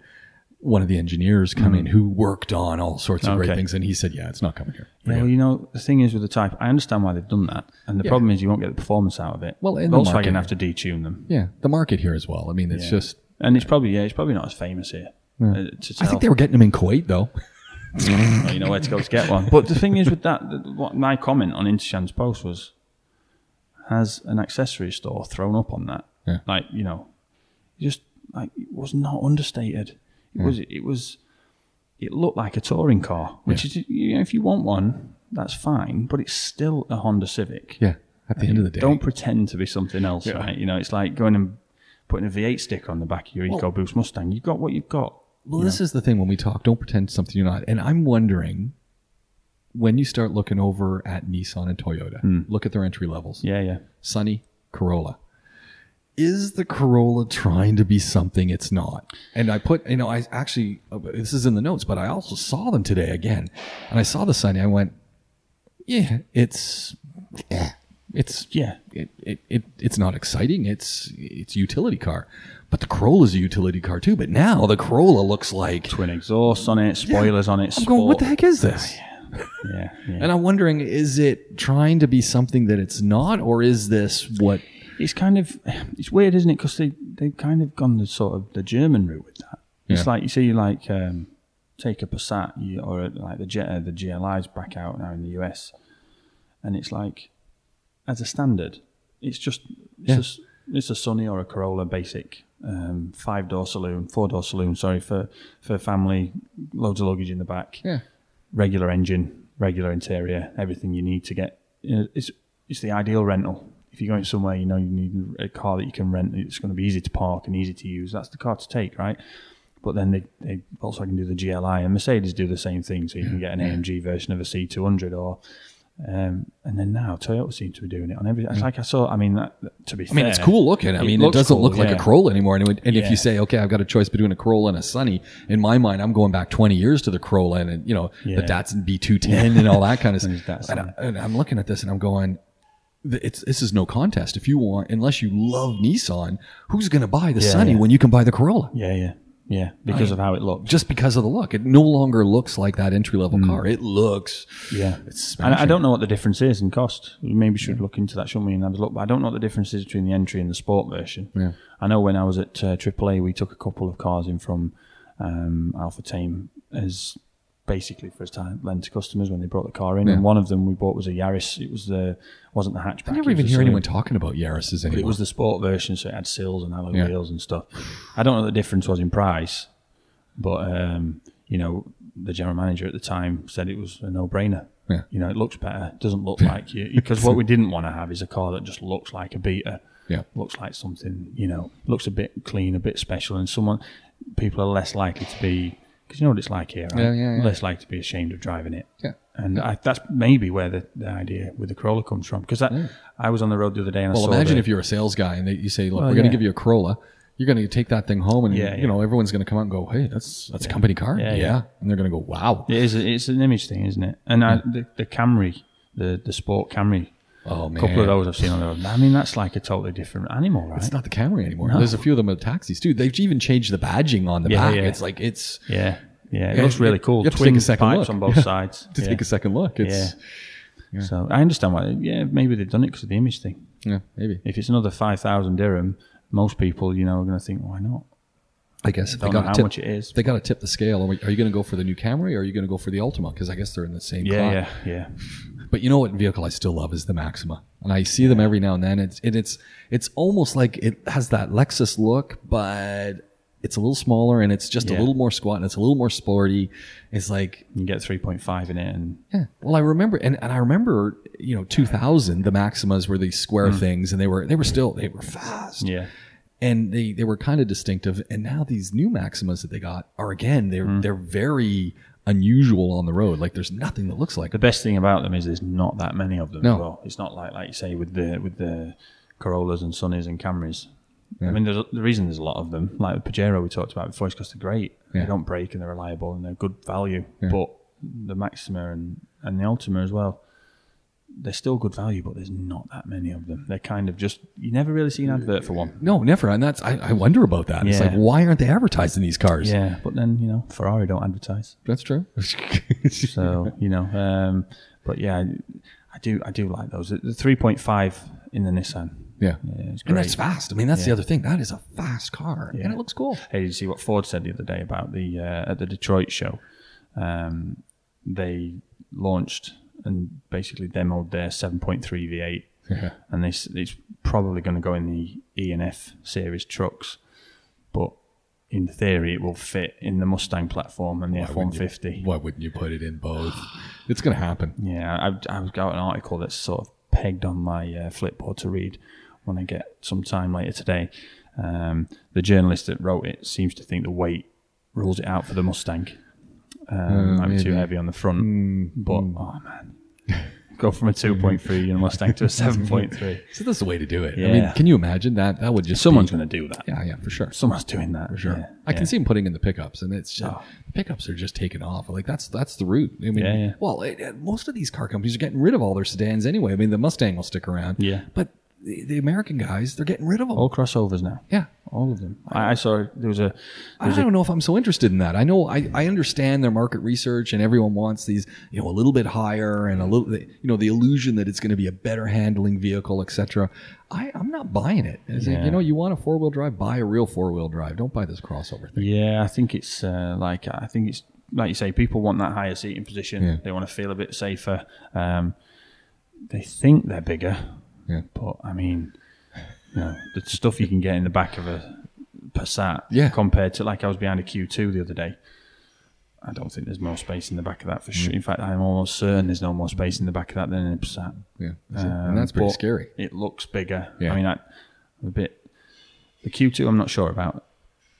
one of the engineers come in who worked on all sorts of great
Mm. Okay.
things, and he said, "Yeah, it's not coming here."
Yeah, well, you know, the thing is with the type, I understand why they've done that, and the problem is you won't get the performance out of it.
Well, in the
Volkswagen
market.
have to detune them,
Yeah, the market here as well. I mean, it's just.
and it's probably yeah, it's probably not as famous here. uh,
I
to tell.
think they were getting them in Kuwait though.
Well, you know where to go to get one. But the thing is with that, th- what my comment on Interchan's post was, has an accessory store thrown up on that?
Yeah.
Like you know, just like it was not understated. It was it was, it looked like a touring car, which is you know if you want one, that's fine. But it's still a Honda Civic.
Yeah, at the end of the day,
Don't pretend to be something else, right? You know, it's like going and putting a V8 stick on the back of your EcoBoost Mustang. You've got what you've got.
Well, this is the thing when we talk, don't pretend something you're not. And I'm wondering when you start looking over at Nissan and Toyota, look at their entry levels
Yeah, yeah.
Sunny, Corolla. Is the Corolla trying to be something it's not? And I put, you know, I actually, uh, this is in the notes, but I also saw them today again. And I saw the Sunny, I went, yeah, it's, yeah, it's,
Yeah.
it, it, it it's not exciting. It's it's a utility car, but the Corolla's a utility car too. But now the Corolla looks like
Twin exhausts on it, spoilers on it.
I'm going, what the
sport-
heck is this?
Yeah, yeah.
And I'm wondering, is it trying to be something that it's not, or is this what?
it's kind of it's weird, isn't it? Because they they've kind of gone the sort of the German route with that. It's
Yeah.
like you see, like um, take a Passat you, or uh, like the Jetta, the GLI's back out now in the US, and it's like as a standard, it's just it's,
Yeah.
a, s- it's a Sunny or a Corolla basic. Um, five door saloon, four door saloon. Sorry for for family, loads of luggage in the back
Yeah.
regular engine, regular interior, everything you need to get. you know, It's it's the ideal rental. If you're going somewhere, you know you need a car that you can rent. It's going to be easy to park and easy to use. That's the car to take, right? But then they, they Volkswagen do the GLI and Mercedes do the same thing, so you can get an AMG version of a C200 or. Um, and then now Toyota seem to be doing it on every. It's like I saw. I mean, that, that- to be
Mm. I mean,
fair,
it's cool looking. I
It
mean, it,
looks
doesn't
cool,
look like
yeah.
a Corolla anymore. And, it would, and if
Yeah.
you say, okay, I've got a choice between a Corolla and a Sunny, in my mind, I'm going back 20 years to the Corolla and, you know
Yeah.
the Datsun B210 and all that kind of
And
stuff.
Datsun.
And, I, and I'm looking at this and I'm going, th- it's this is no contest. If you want, unless you love Nissan, who's going to buy the Sunny
yeah.
when you can buy the Corolla?
Yeah, yeah, yeah. Because of how it looks.
Just because of the look, it no longer looks like that entry level
Mm.
car. It looks
Yeah,
It's
and I- I
smashing.
don't know what the difference is in cost. We maybe should look into that, shouldn't we? And have a look. But I don't know what the difference is between the entry and the sport version.
Yeah.
I know when I was at uh, AAA, we took a couple of cars in from um, Alpha Tame as basically for us to lend to customers when they brought the car in. And one of them we bought was a Yaris. It was the wasn't the hatchback.
I never even hear anyone talking about Yaris's anymore.
It was the sport version, so it had sills and alloy
Yeah.
wheels and stuff. I don't know what the difference was in price, but um, you know, the general manager at the time said it was a no-brainer.
Yeah.
You know, it looks better. It doesn't look like you because what we didn't want to have is a car that just looks like a beater.
Yeah.
Looks like something. You know, looks a bit clean, a bit special, and someone people are less likely to be because you know what it's like here. Right?
Yeah, yeah, yeah.
Less likely to be ashamed of driving it.
Yeah.
And I, that's maybe where the, the idea with the Corolla comes from because I was on the road the other day and I
well,
saw
imagine
the-
if you're a sales guy and they, you say, "Look,
Well,
we're going to
yeah.
give you a Corolla. You're going to take that thing home, and
Yeah,
you
yeah.
know everyone's going to come out and go, hey, that's that's a company car.'
Yeah, yeah.
and they're going to go, wow,
It is. It's an image thing, isn't it? And
Hmm.
I, the, the Camry, the, the sport Camry,
oh
a
man,
couple of those I've seen on the road. I mean, that's like a totally different animal, right?
It's not the Camry anymore. There's a few of them with taxis too. They've even changed the badging on the
Yeah,
back.
yeah.
It's like it's
yeah, yeah. It
Yeah,
looks really
you-
cool.
you have to
Twin
take a second
pipes
look.
on both
Yeah.
sides.
to
yeah.
take a second look. It's
So I understand why. Yeah, maybe they've done it because of the image thing.
yeah, maybe.
If it's another five thousand dirham, most people, you know, are going to think, why not?
I guess if they
Don't know
got
how
to tip,
much it is.
if they got to tip the scale. Are, we- are you going to go for the new Camry or are you going to go for the Ultima? Because I guess they're in the same
Yeah,
class.
yeah, yeah.
But you know what vehicle I still love is the Maxima, and I see them every now and then. It's and it's it's almost like it has that Lexus look, but it's a little smaller and it's just a
Yeah.
little more squat and it's a little more sporty. It's like
You get three point five in it, and
yeah. Well, I remember and, and I remember you know 2000 the Maximas were these square things and they were they were still they were fast
Mm. yeah,
and they they were kind of distinctive. And now these new Maximas that they got are again they're
Mm.
they're very unusual on the road. Like there's nothing that looks like
The best thing about them is there's not that many of them.
No.
as well. it's not like like you say with the with the Corollas and Sunnies and Camrys. I mean, there's a, the reason there's a lot of them, like the Pajero we talked about before, is because they're great.
Yeah.
They don't break and they're reliable and they're good value. But the Maxima and, and the Ultima as well, they're still good value, but there's not that many of them. They're kind of just you never really see an advert for one.
No, never. And that's I, I wonder about that. It's
Yeah.
like why aren't they advertising these cars?
Yeah, but then you know Ferrari don't advertise,
That's true.
so you know. Um, but yeah, I- I do I do like those. The- The three point five in the Nissan.
yeah.
Yeah,
And
it's great.
that's fast. I mean, that's the other thing. That is a fast car, and it looks cool.
Hey, did you see what Ford said the other day about the uh, at the Detroit show? Um, they launched and basically demoed their 7.3 V8,
Yeah.
and this it's probably going to go in the E and F series trucks, but in theory it will fit in the Mustang platform and the F
wouldn't you?
150.
Why wouldn't you put it in both? It's going to happen.
Yeah, I've, I've got an article that's sort of pegged on my uh, Flipboard to read when I get some time later today. Um, the journalist that wrote it seems to think the weight rules it out for the Mustang. Um, I'm too
maybe.
heavy on the front, but oh man, go from a 2.3 in a Mustang to a 7.3.
So that's the way to do it. I
Yeah.
mean, can you imagine that? That would just
Someone's
be-
going to do that.
Yeah, yeah, for sure.
Someone's doing that for
Sure. I can see him putting in the pickups, and it's just,
Oh.
the pickups are just taking off. Like that's that's the route. I mean,
Yeah, yeah.
well, it, it- most of these car companies are getting rid of all their sedans anyway. I mean, the Mustang will stick around.
Yeah.
but the, the American guys, they're getting rid of them.
all crossovers now.
Yeah,
All of them. I, I saw there was a
I don't know if I'm so interested in that. I know I, I understand their market research, and everyone wants these, you know, a little bit higher
Mm-hmm.
and a little, you know, the illusion that it's going to be a better handling vehicle, etc. I I'm not buying it. It's like,
Yeah.
you know, you want a four wheel drive, buy a real four wheel drive. Don't buy this crossover thing.
Yeah, I think it's uh, like I think it's like you say. People want that higher seating position.
Yeah.
They want to feel a bit safer. Um, they think they're bigger,
Yeah.
but I mean, you know, the stuff you can get in the back of a Passat
Yeah.
compared to like I was behind a Q2 the other day. I don't think there's more space in the back of that for
Mm.
sure. In fact, I'm almost certain there's no more space in the back of that than in a Passat.
Yeah, that's it.
Um,
and that's pretty
but
scary.
It looks bigger.
Yeah.
I mean, I, I'm a bit. The Q2, I'm not sure about.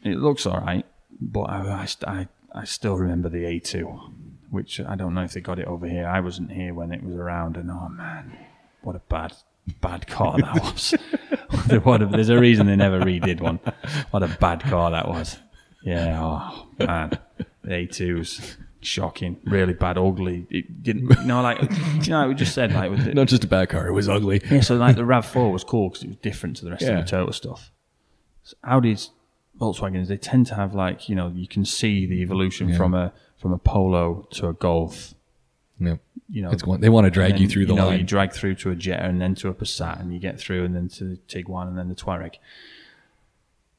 It looks all right, but I, I, st- I, I still remember the A2, which I don't know if they got it over here. I wasn't here when it was around, and oh man, what a bad, bad car that was. what a, there's a reason they never redid one. What a bad car that was. Yeah, oh man, the A2s. Shocking, really bad, ugly. It didn't, you know, like, you know, we just said, like, with the,
Not just a bad car; it was ugly.
yeah, so like the RAV4 was cool because it was different to the rest
Yeah.
of the total stuff. So Audi's Volkswagens, they tend to have like, you know, you can see the evolution from a from a Polo to a Golf.
Yeah.
You know,
It's going, they want to drag
and
you
then,
through the
know,
line.
You drag through to a Jetta and then to a Passat and you get through and then to the Tiguan and then the Touareg.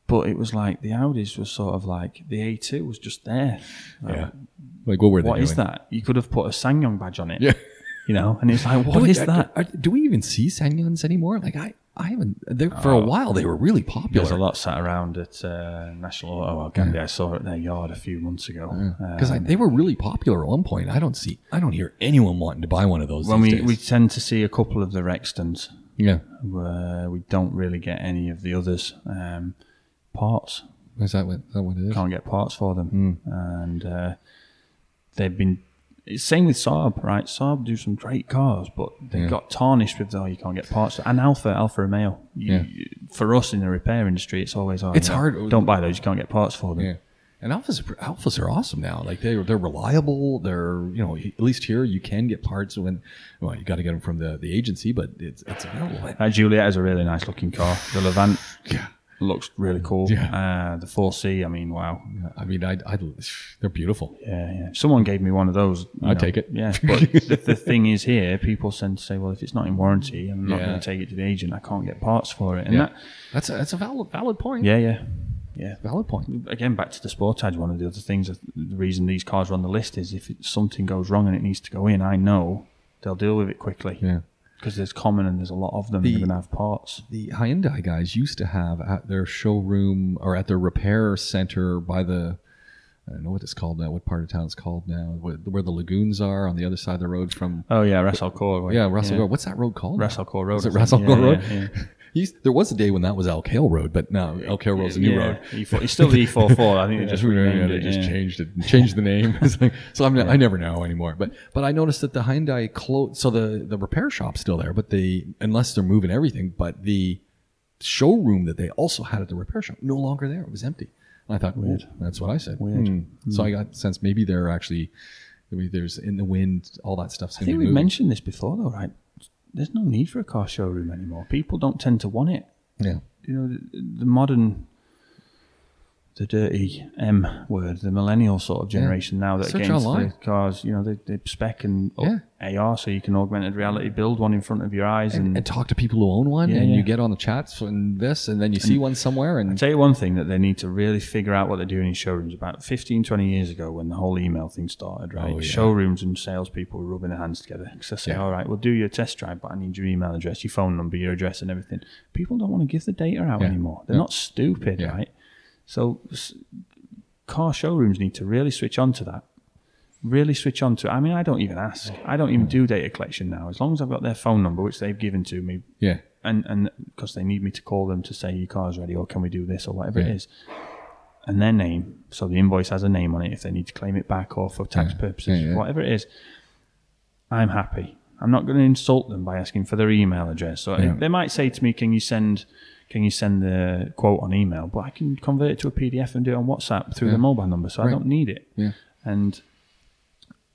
But it was like the Audis was sort of like the A2 was just there. Like,
yeah. Like what were they
What
doing?
is that? You could have put a Sangyong badge on it.
Yeah.
You know, and it's like,
Do
what
we-
is
are-
that?
are- do we even see Sangyons anymore? Like I, I haven't. They, for a while, they were really
Oh. There's a
popular
lot sat around at uh, National Auto Arcade. I saw it in their yard a few months ago.
because
Um,
they were really popular at one point. I don't see. I don't hear anyone wanting to buy one of those.
when
these
we,
days.
we tend to see a couple of the Rextons,
yeah,
uh, we don't really get any of the others um, parts.
is that what, is that what it is?
Can't get parts for
Hmm.
them, and uh, they've been. It's same with Saab, right? Saab do some great cars, but they
Yeah.
got tarnished with oh, you can't get parts. And Alfa, Alfa Romeo, you,
Yeah.
for us in the repair industry, it's always hard.
It's
yeah,
hard.
Don't buy those; you can't get parts for them.
Yeah. And alphas, are- alphas are awesome now. Like they they're reliable. They're you know at least here you can get parts when well you got to get them from the, the agency, but it's it's available.
That Uh, Juliet is a really nice looking car. The Levant looks really cool. Uh, the 4C, I mean, wow.
I mean, I, I they're beautiful.
Yeah, yeah. If Someone gave me one of those. you
I'd take it.
Yeah. But the, the thing is, here, people tend to say, well, if it's not in warranty, I'm not
Yeah.
going to take it to the agent. I can't get parts for it. And
Yeah.
that,
That's a, that's a valid valid point.
yeah, yeah. Yeah.
Valid point.
Again, back to the Sportage, one of the other things, the reason these cars are on the list is if it, something goes wrong and it needs to go in, I know they'll deal with it quickly.
Yeah.
Because there's common and there's a lot of them.
The-
They're going to have parts.
The Hyundai guys used to have at their showroom or at their repair center by the I don't know what it's called now, what part of town it's called now, where, where the lagoons are on the other side of the road from
Oh, yeah. Ras Al Khor.
yeah Russell Road. What's that road called?
Ras Al Khor
Is
Road. I
it
think.
Russell
Yeah,
Gore Road?
yeah, yeah.
Used, there was a day when that was Alcale Road, but now Alcale Road's a new
Yeah,
road.
E4 it's still the E44. I think they just
Yeah,
renamed
they
it.
just
yeah.
changed it, changed the name. It's like- so I'm, I never know anymore. But but I noticed that the Hyundai closed, so the the repair shop's still there, but the unless they're moving everything, but the showroom that they also had at the repair shop no longer there. It was empty. And I thought, weird. That's what I said.
Weird. Hmm.
Hmm. So I got the sense maybe they're actually I mean, there's in the wind, all that stuff's
I
going to
think
be
we've
moving.
mentioned this before, though, right? There's no need for a car showroom anymore. People don't tend to want it.
yeah.
You know, the, the modern, the dirty M word, the millennial sort of generation now that
Search
against
online.
the cars, you know, they, they spec and
Yeah.
AR so you can augmented reality, build one in front of your eyes. And,
And talk to people who own one,
Yeah,
and you
yeah.
get on the chats and this, and then you see one somewhere,
I'll
and
tell you one thing that they need to really figure out what they're doing in showrooms. About 15, 20 years ago, when the whole email thing started, right?
Oh, yeah.
Showrooms and salespeople were rubbing their hands together. Because they say, all right, we'll do your test drive, but I need your email address, your phone number, your address, and everything. People don't want to give the data out
Yeah.
anymore. They're not stupid,
Yeah.
right? So s- car showrooms need to really switch on to that. Really switch on to. I mean, I don't even ask.
Oh,
I don't even do data collection now. As long as I've got their phone number, which they've given to me
yeah,
and and because they need me to call them to say your car's ready or can we do this or whatever
Yeah.
it is and their name so the invoice has a name on it if they need to claim it back or for tax purposes
Yeah, yeah.
whatever it is i'm happy i'm not going to insult them by asking for their email address so
Yeah.
they might say to me can you send can you send the quote on email but i can convert it to a pdf and do it on whatsapp through the mobile number so i don't need it
yeah.
and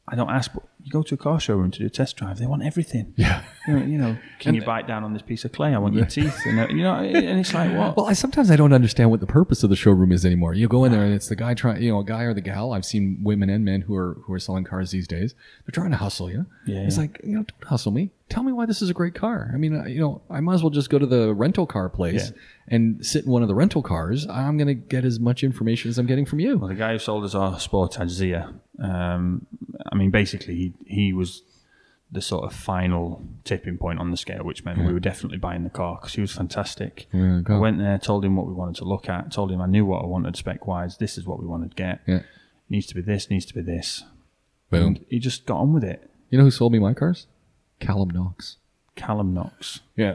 I don't ask, but you go to a car showroom to do a test drive. They want everything.
Yeah.
You know, you know, can you bite down on this piece of clay? I want your teeth. And, uh, you know, and it's like what?
Well, I sometimes I don't understand what the purpose of the showroom is anymore. You go in there and it's the guy trying, you know, a guy or the gal. I've seen women and men who are who are selling cars these days. They're trying to hustle you.
Yeah,
It's
yeah.
like you know, don't hustle me. Tell me why this is a great car. I mean, uh, you know, I might as well just go to the rental car place and sit in one of the rental cars. I'm gonna get as much information as I'm getting from you.
Well, the guy who sold us our Sportage Zia, um, I mean, basically, he, he was the sort of final tipping point on the scale, which meant we were definitely buying the car because he was fantastic.
Yeah, go.
I went there, told him what we wanted to look at, told him I knew what I wanted spec wise. This is what we wanted to get.
Yeah.
Needs to be this, needs to be this.
Boom.
He just got on with it.
You know who sold me my cars? Callum Knox.
Callum Knox.
Yeah.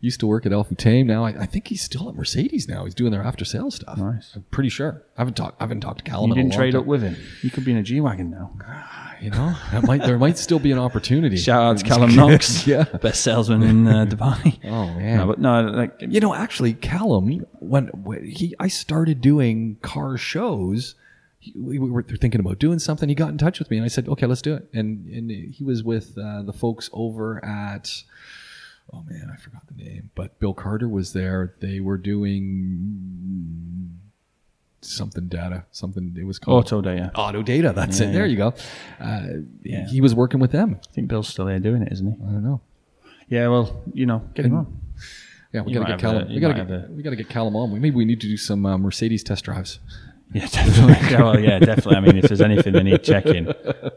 Used to work at Elf Tame. Now I, I think he's still at Mercedes. Now he's doing their after sales stuff.
Nice.
I'm pretty sure. I haven't talked. I haven't talked to Callum.
You
in a
didn't
long
trade
time.
up with him. You could be in a G wagon now.
You know, that might there might still be an opportunity.
Shout out to Callum Knox,
Yeah.
best salesman in uh, Dubai.
Oh, man.
no, but no, like
you know, actually, Callum, when, when he I started doing car shows, he, we were thinking about doing something. He got in touch with me, and I said, "Okay, let's do it." And and he was with uh, the folks over at. Oh man, I forgot the name, but Bill Carter was there. They were doing something data, something it was called
auto data.
Auto Data. That's it. There you go. Uh,
Yeah.
He was working with them.
I think Bill's still there doing it, isn't he?
I don't know.
Yeah, well, you know, get him on.
Yeah, we
You
gotta get
might have a-
Callum. we
you
gotta
might
get
have
we gotta get Callum on. Maybe we need to do some uh, Mercedes test drives.
Yeah, definitely. Yeah, well, yeah, definitely. I mean, if there's anything they need checking,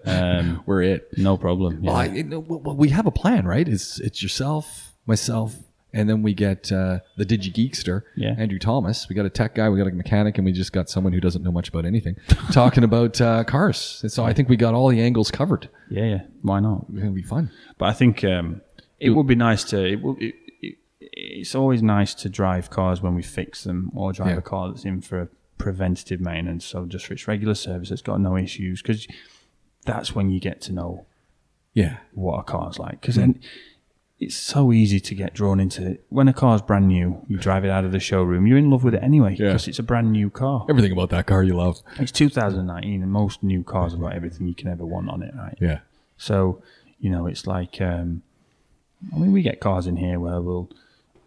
um,
We're it.
no problem. Yeah.
Well, I, you know, well, well, we have a plan, right? It's it's yourself, myself, and then we get uh, the Digi Geekster,
Yeah.
Andrew Thomas. We got a tech guy, we got a mechanic, and we just got someone who doesn't know much about anything talking about uh, cars. And so I think we got all the angles covered.
yeah, yeah. Why not?
It's gonna be fun.
But I think um, it would be nice to. It will, it, it, it's always nice to drive cars when we fix them, or drive
Yeah.
a car that's in for preventative maintenance, so just for its regular service, it's got no issues. Because that's when you get to know
Yeah,
what a car's like. Because then it's so easy to get drawn into. When a car's brand new, you drive it out of the showroom, you're in love with it anyway
Yeah.
because it's a brand new car.
everything about that car you love.
It's 2019, and most new cars have got everything you can ever want on it, right?
Yeah,
So, you know, it's like, um, I mean, we get cars in here where we'll,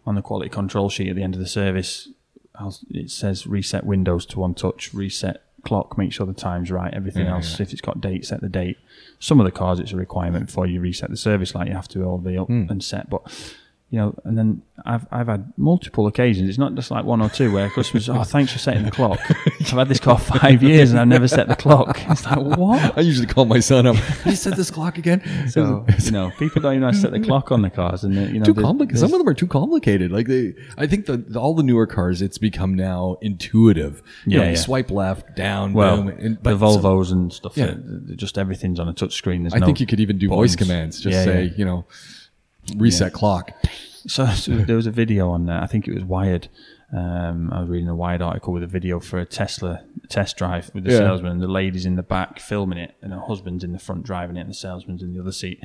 on the quality control sheet at the end of the service, I'll, it says reset windows to one touch, reset clock, make sure the time's right, everything else. If it's got date, set the date. Some of the cars, it's a requirement before you reset the service light, you have to all be up and set. But, you know, and then I've, I've had multiple occasions. It's not just like one or two where customers, oh, thanks for setting the clock. I've had this car five years and I've never set the clock. It's like, what?
I usually call my son up. Have you set this clock again?
So you know, people don't even know how to set the clock on the cars, and the, you know,
too
the-
complicated. Some of them are too complicated. Like they, I think the, the all the newer cars, it's become now intuitive. you,
Yeah,
know, you
yeah.
swipe left, down,
well,
boom, and-
the
but some-
Volvos and stuff.
Yeah.
Yeah. just everything's on a touch screen. There's
I
no,
think you could even do voice
buttons.
commands. Just
Yeah,
say,
yeah.
you know, reset clock.
So, so there was a video on there. I think it was Wired. Um, I was reading a Wired article with a video for a Tesla test drive with the
Yeah.
salesman, and the lady's in the back filming it, and her husband's in the front driving it, and the salesman's in the other seat.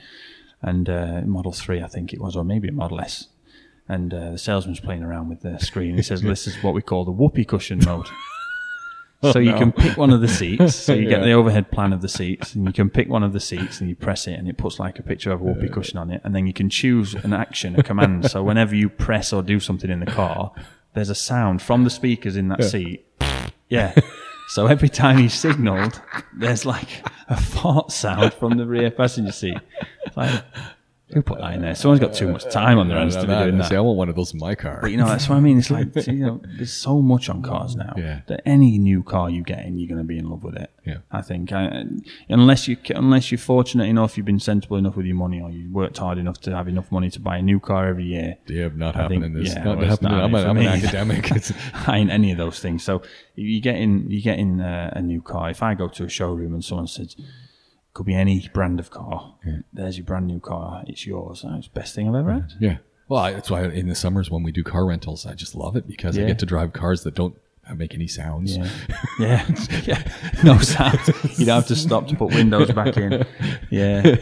And uh, Model Three, I think it was, or maybe a Model S. And uh, the salesman's playing around with the screen. He says, "This is what we call the whoopee cushion mode." so you can pick one of the seats. So you get
Yeah.
the overhead plan of the seats, and you can pick one of the seats, and you press it, and it puts like a picture of a whoopee cushion on it, and then you can choose an action, a command. So whenever you press or do something in the car, there's a sound from the speakers in that seat. Yeah. So every time he signalled, there's like a fart sound from the rear passenger seat. It's like, who put that in there? Someone's got too much time on their hands to be doing that.
See, I want one of those in my car.
But you know, that's what I mean. It's like you know, there's so much on cars now
Yeah.
that any new car you get in, you're going to be in love with it.
Yeah.
I think I, unless you unless you're fortunate enough, you've been sensible enough with your money, or you worked hard enough to have enough money to buy a new car every year.
Yeah, not
I
happening.
think-
this,
yeah,
not
well, it's
happening.
not
I'm,
for
a, I'm an
me.
academic. It's,
I ain't any of those things. So you get in, you get in uh, a new car. If I go to a showroom and someone says, "Could be any brand of car," there's your brand new car. It's yours. That's the best thing I've ever had.
yeah. Well, I, that's why in the summers when we do car rentals, I just love it because I
Yeah.
get to drive cars that don't make any sounds.
Yeah. Yeah. yeah. No sound. You'd have to stop to put windows back in. Yeah.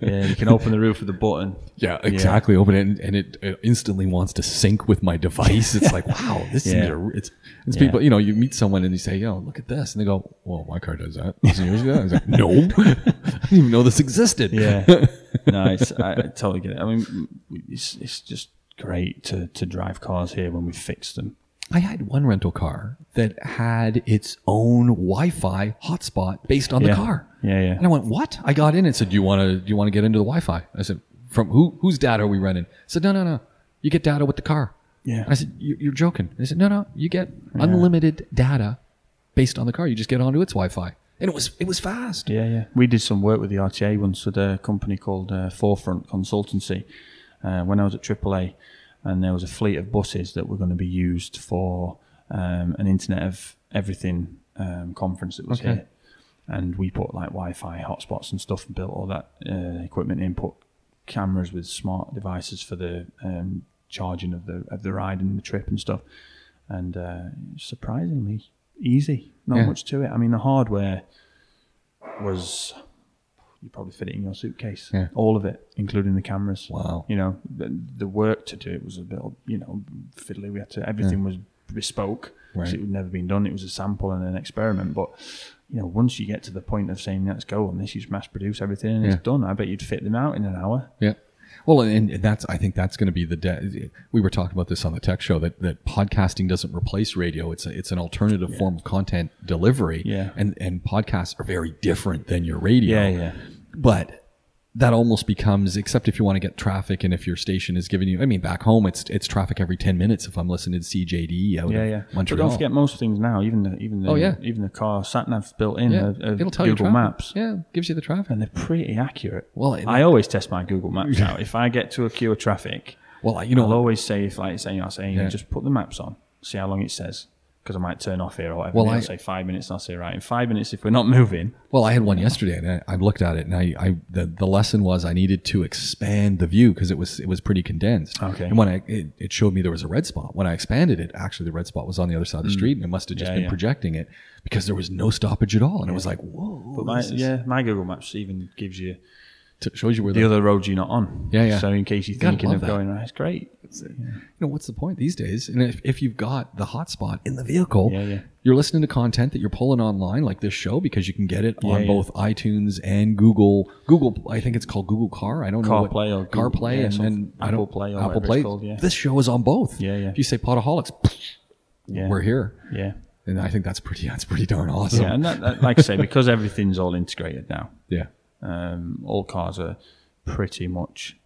Yeah. You can open the roof with a button.
Yeah, exactly. Open it and, and it, it instantly wants to sync with my device. It's like, wow, this
Yeah.
is a, it's, it's
Yeah.
people, you know, you meet someone and you say, yo, look at this. And they go, well, my car does that. Isn't yours do that? I was like, no, I didn't even know this existed.
Yeah. No, it's, I, I totally get it. I mean, it's, it's just great to, to drive cars here when we fix them.
I had one rental car that had its own Wi-Fi hotspot based on
Yeah.
the car.
Yeah, yeah.
And I went, what? I got in and said, do you want to, do you want to get into the Wi-Fi? I said, from who, whose data are we running? I said, no, no, no. You get data with the car.
Yeah.
I said, you- you're joking. They said, no, no. You get unlimited data based on the car. You just get onto its Wi-Fi. And it was, it was fast.
Yeah, yeah. We did some work with the RTA once with a company called uh, Forefront Consultancy uh, when I was at AAA, and there was a fleet of buses that were going to be used for um, an Internet of Everything um, conference that was
Okay.
here, and we put like Wi-Fi hotspots and stuff and built all that uh, equipment in, put cameras with smart devices for the um, charging of the of the ride and the trip and stuff, and uh, surprisingly easy. Not
Yeah.
much to it. I mean, the hardware was you probably fit it in your suitcase.
Yeah.
All of it, including the cameras.
Wow.
You know, the, the work to do it was a bit, you know, fiddly. We had to, everything was bespoke. 'cause
Right.
It had never been done. It was a sample and an experiment. But, you know, once you get to the point of saying, let's go on this, you just mass produce everything and
Yeah.
it's done. I bet you'd fit them out in an hour.
Yeah. Well, and, and that's I think that's going to be the de- we were talking about this on the tech show that, that podcasting doesn't replace radio. It's a, it's an alternative form of content delivery.
Yeah.
And and podcasts are very different than your radio.
Yeah, yeah.
But that almost becomes except if you want to get traffic and if your station is giving you I mean back home it's it's traffic every 10 minutes if I'm listening to CJD out
Yeah,
of
yeah. But
Montreal.
don't forget, most things now, even the even the
Oh, yeah.
even the car sat nav's built in,
yeah,
of of
it'll tell you
uh, Google
traffic.
Maps,
Yeah, gives you the traffic.
and they're pretty accurate.
Well, it-
I always test my Google Maps out. If I get to a queue of traffic,
Well, I- you know,
I'll always say if like saying I'll say you know,
Yeah.
just put the maps on, see how long it says. Because I might turn off here or whatever.
Well,
Well, I'll
I-
say five minutes, and I'll say right in five minutes if we're not moving.
Well, I had one yesterday, and I, I looked at it, and I, I the, the lesson was I needed to expand the view because it was it was pretty condensed.
Okay.
And when I it, it showed me there was a red spot. When I expanded it, actually the red spot was on the other side of the street, and it must have just
Mm. Yeah,
been
yeah.
projecting it because there was no stoppage at all, and it was like whoa.
But my,
this is-
yeah, my Google Maps even gives you
t- shows you where
the
the,
other roads you're not on.
Yeah, yeah.
So in case you're
Gotta
thinking
love
of
that.
going right, it's great.
you know what's the point these days? And if, if you've got the hotspot in the vehicle,
Yeah, yeah.
you're listening to content that you're pulling online like this show because you can get it on
yeah.
both iTunes and Google Google. I think it's called Google Car. I don't know what-
CarPlay or Google-
CarPlay
yeah,
and then
something.
I don't-
Apple Play or
Apple
whatever it's
Play.
called, yeah.
This show is on both.
Yeah, yeah.
If you say Potaholics,
Yeah.
we're here,
Yeah.
and I think that's pretty. That's pretty darn awesome.
Yeah. And that, that, like I say, because everything's all integrated now,
Yeah.
um, all cars are pretty much,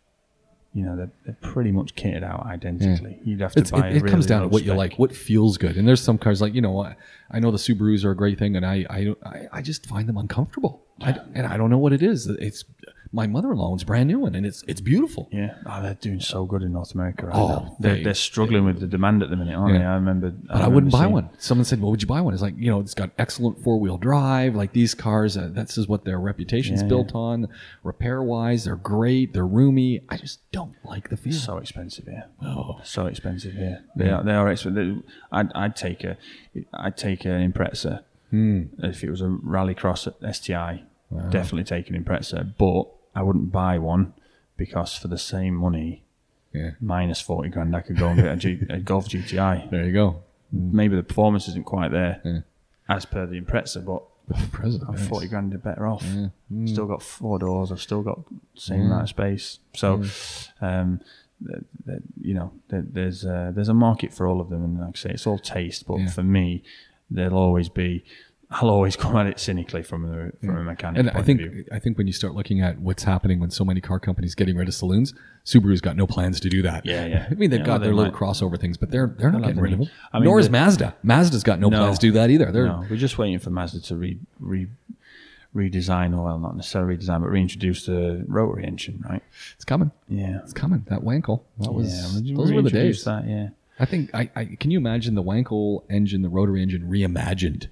you know, they're, they're pretty much kitted out identically. You'd have to
It's, it
buy a
it
really
comes down to
low
what you
spec.
like, what feels good. And there's some cars like you know, I, I know the Subarus are a great thing, and I I don't- I, I just find them uncomfortable, I, and I don't know what it is. It's my mother-in-law owns a brand new one, and it's it's beautiful.
Yeah, oh, they're doing so good in North America right
Oh,
now. They're,
they-
they're struggling with the demand at the minute, aren't
Yeah.
they? I remember.
But I
remember
wouldn't buy
seeing-
one. Someone said, "Well, would you buy one?" It's like you know, it's got excellent four-wheel drive. Like these cars, uh, that's is what their reputation's
Yeah,
built on. Repair-wise, they're great. They're roomy. I just don't like the feel.
So expensive here.
Oh.
So expensive here. They are. They are expensive. I'd, I'd take a, I'd take an Impreza if it was a rallycross STI. Definitely take an Impreza, but I wouldn't buy one because for the same money,
Yeah.
minus forty grand, I could go and get a, G, a Golf GTI.
There you go.
Maybe the performance isn't quite there. as per the Impreza, but
President.
I'm 40 grand better off.
Yeah. Mm.
Still got four doors. I've still got same amount of space. So, um, th- th- you know, th- there's a, there's a market for all of them, and like I say, it's all taste. But
Yeah.
for me, there'll always be. I'll always come at it cynically from the from a mechanic
And
point
I think
of view.
I think when you start looking at what's happening when so many car companies getting rid of saloons, Subaru's got no plans to do that.
Yeah, yeah.
I mean, they've
Yeah,
got
they
their little
might.
crossover things, but they're they're not
have
getting
the
rid of them.
means. I mean,
Nor is
the-
Mazda. Mazda's got no,
No.
plans to do that either. They're
No, we're just waiting for Mazda to re, re redesign, or well, not necessarily redesign, but reintroduce the rotary engine, right?
it's coming.
Yeah,
It's coming. That Wankel. That was
yeah,
those were the
reintroduce
days.
That, yeah.
I think I, I can you imagine the Wankel engine, the rotary engine reimagined.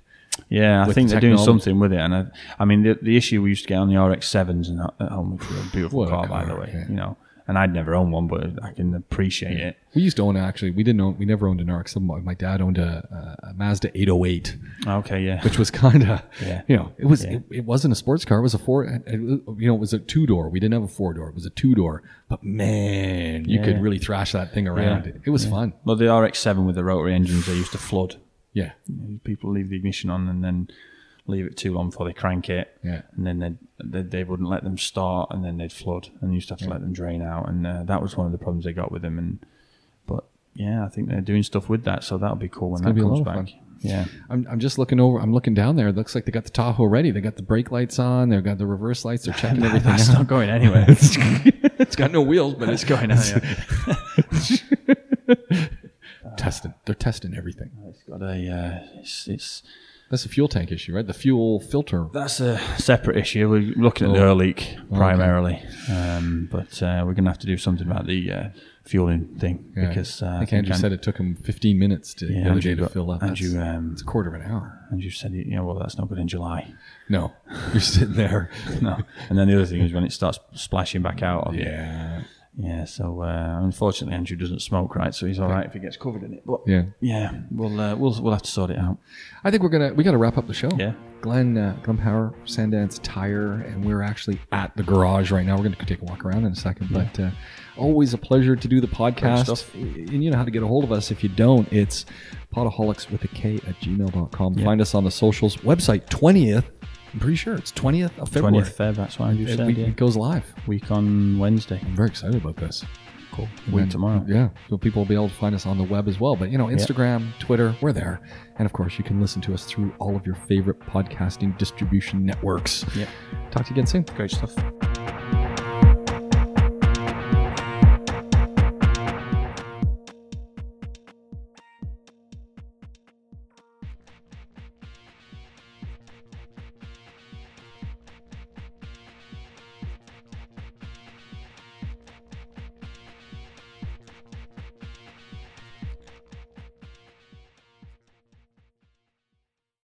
Yeah, I
with
think they're doing
technology.
something with it, and I, I mean the the issue we used to get on the RX sevens and at home, which were a beautiful
What a
car, by
car,
the way,
yeah.
you know. And I'd never owned one, but I can appreciate it.
We used to own actually. We didn't own. We never owned an RX. My my dad owned a, a Mazda 808,
Okay, yeah,
which was kind of
Yeah.
you know it was
Yeah.
it, it wasn't a sports car. It was a four. It, it- you know it was a two door. We didn't have a four door. It was a two door. But man, you could
Yeah.
really thrash that thing around.
Yeah.
It, was fun.
well, the RX seven with the rotary engines, they used to flood.
Yeah.
People leave the ignition on and then leave it too long before they crank it,
Yeah.
and then they'd, they they wouldn't let them start, and then they'd flood, and you used to have to let them drain out, and uh, that was one of the problems they got with them. And but yeah, I think they're doing stuff with that, so that'll be cool when
gonna
that
be a
comes
lot of
back. Yeah.
I'm, I'm just looking over. I'm looking down there. It looks like they got the Tahoe ready. They got the brake lights on. They've got the reverse lights. They're checking everything.
That's
out.
not going anywhere.
it's got no wheels, but it's
going anywhere.
testing. They're testing everything.
It's got a uh, it's, it's
That's a fuel tank issue, right? The fuel filter.
that's a separate issue. We're looking at the
Oh.
air leak primarily, um, but uh, we're going to have to do something about the uh, fueling thing
Yeah.
because uh,
I think Andrew
An-
said it took him 15 minutes to the
Yeah,
other
Andrew,
day to
got-
fill up. That's-
Andrew, um,
it's a quarter of an hour.
Andrew said, you know, well, that's not good in July.
No, you're sitting there.
No, and then the other thing is when it starts splashing back out. Of You.
Yeah,
yeah. So uh, unfortunately, Andrew doesn't smoke, right? So he's all right if he gets covered in it. But
yeah.
yeah, we'll uh, we'll we'll have to sort it out.
I think we're gonna we got to wrap up the show.
Yeah.
Glenn uh, Glenn Power Sandance Tire, and we're actually at the garage right now. We're gonna take a walk around in a second, but uh, always a pleasure to do the podcast.
stuff.
And you know how to get a hold of us if you don't. It's potaholics with a K at gmail.com. Find us on the socials. Website twentieth. I'm pretty sure it's twentieth of February.
Twentieth Feb. That's what Andrew
It,
said.
we-
yeah.
it goes live.
Week on Wednesday.
I'm very excited about this.
Cool. Week tomorrow.
Yeah. So people will be able to find us on the web as well. But, you know, Instagram, Twitter, we're there. And of course, you can listen to us through all of your favorite podcasting distribution networks.
Yeah.
Talk to you again soon.
Great stuff.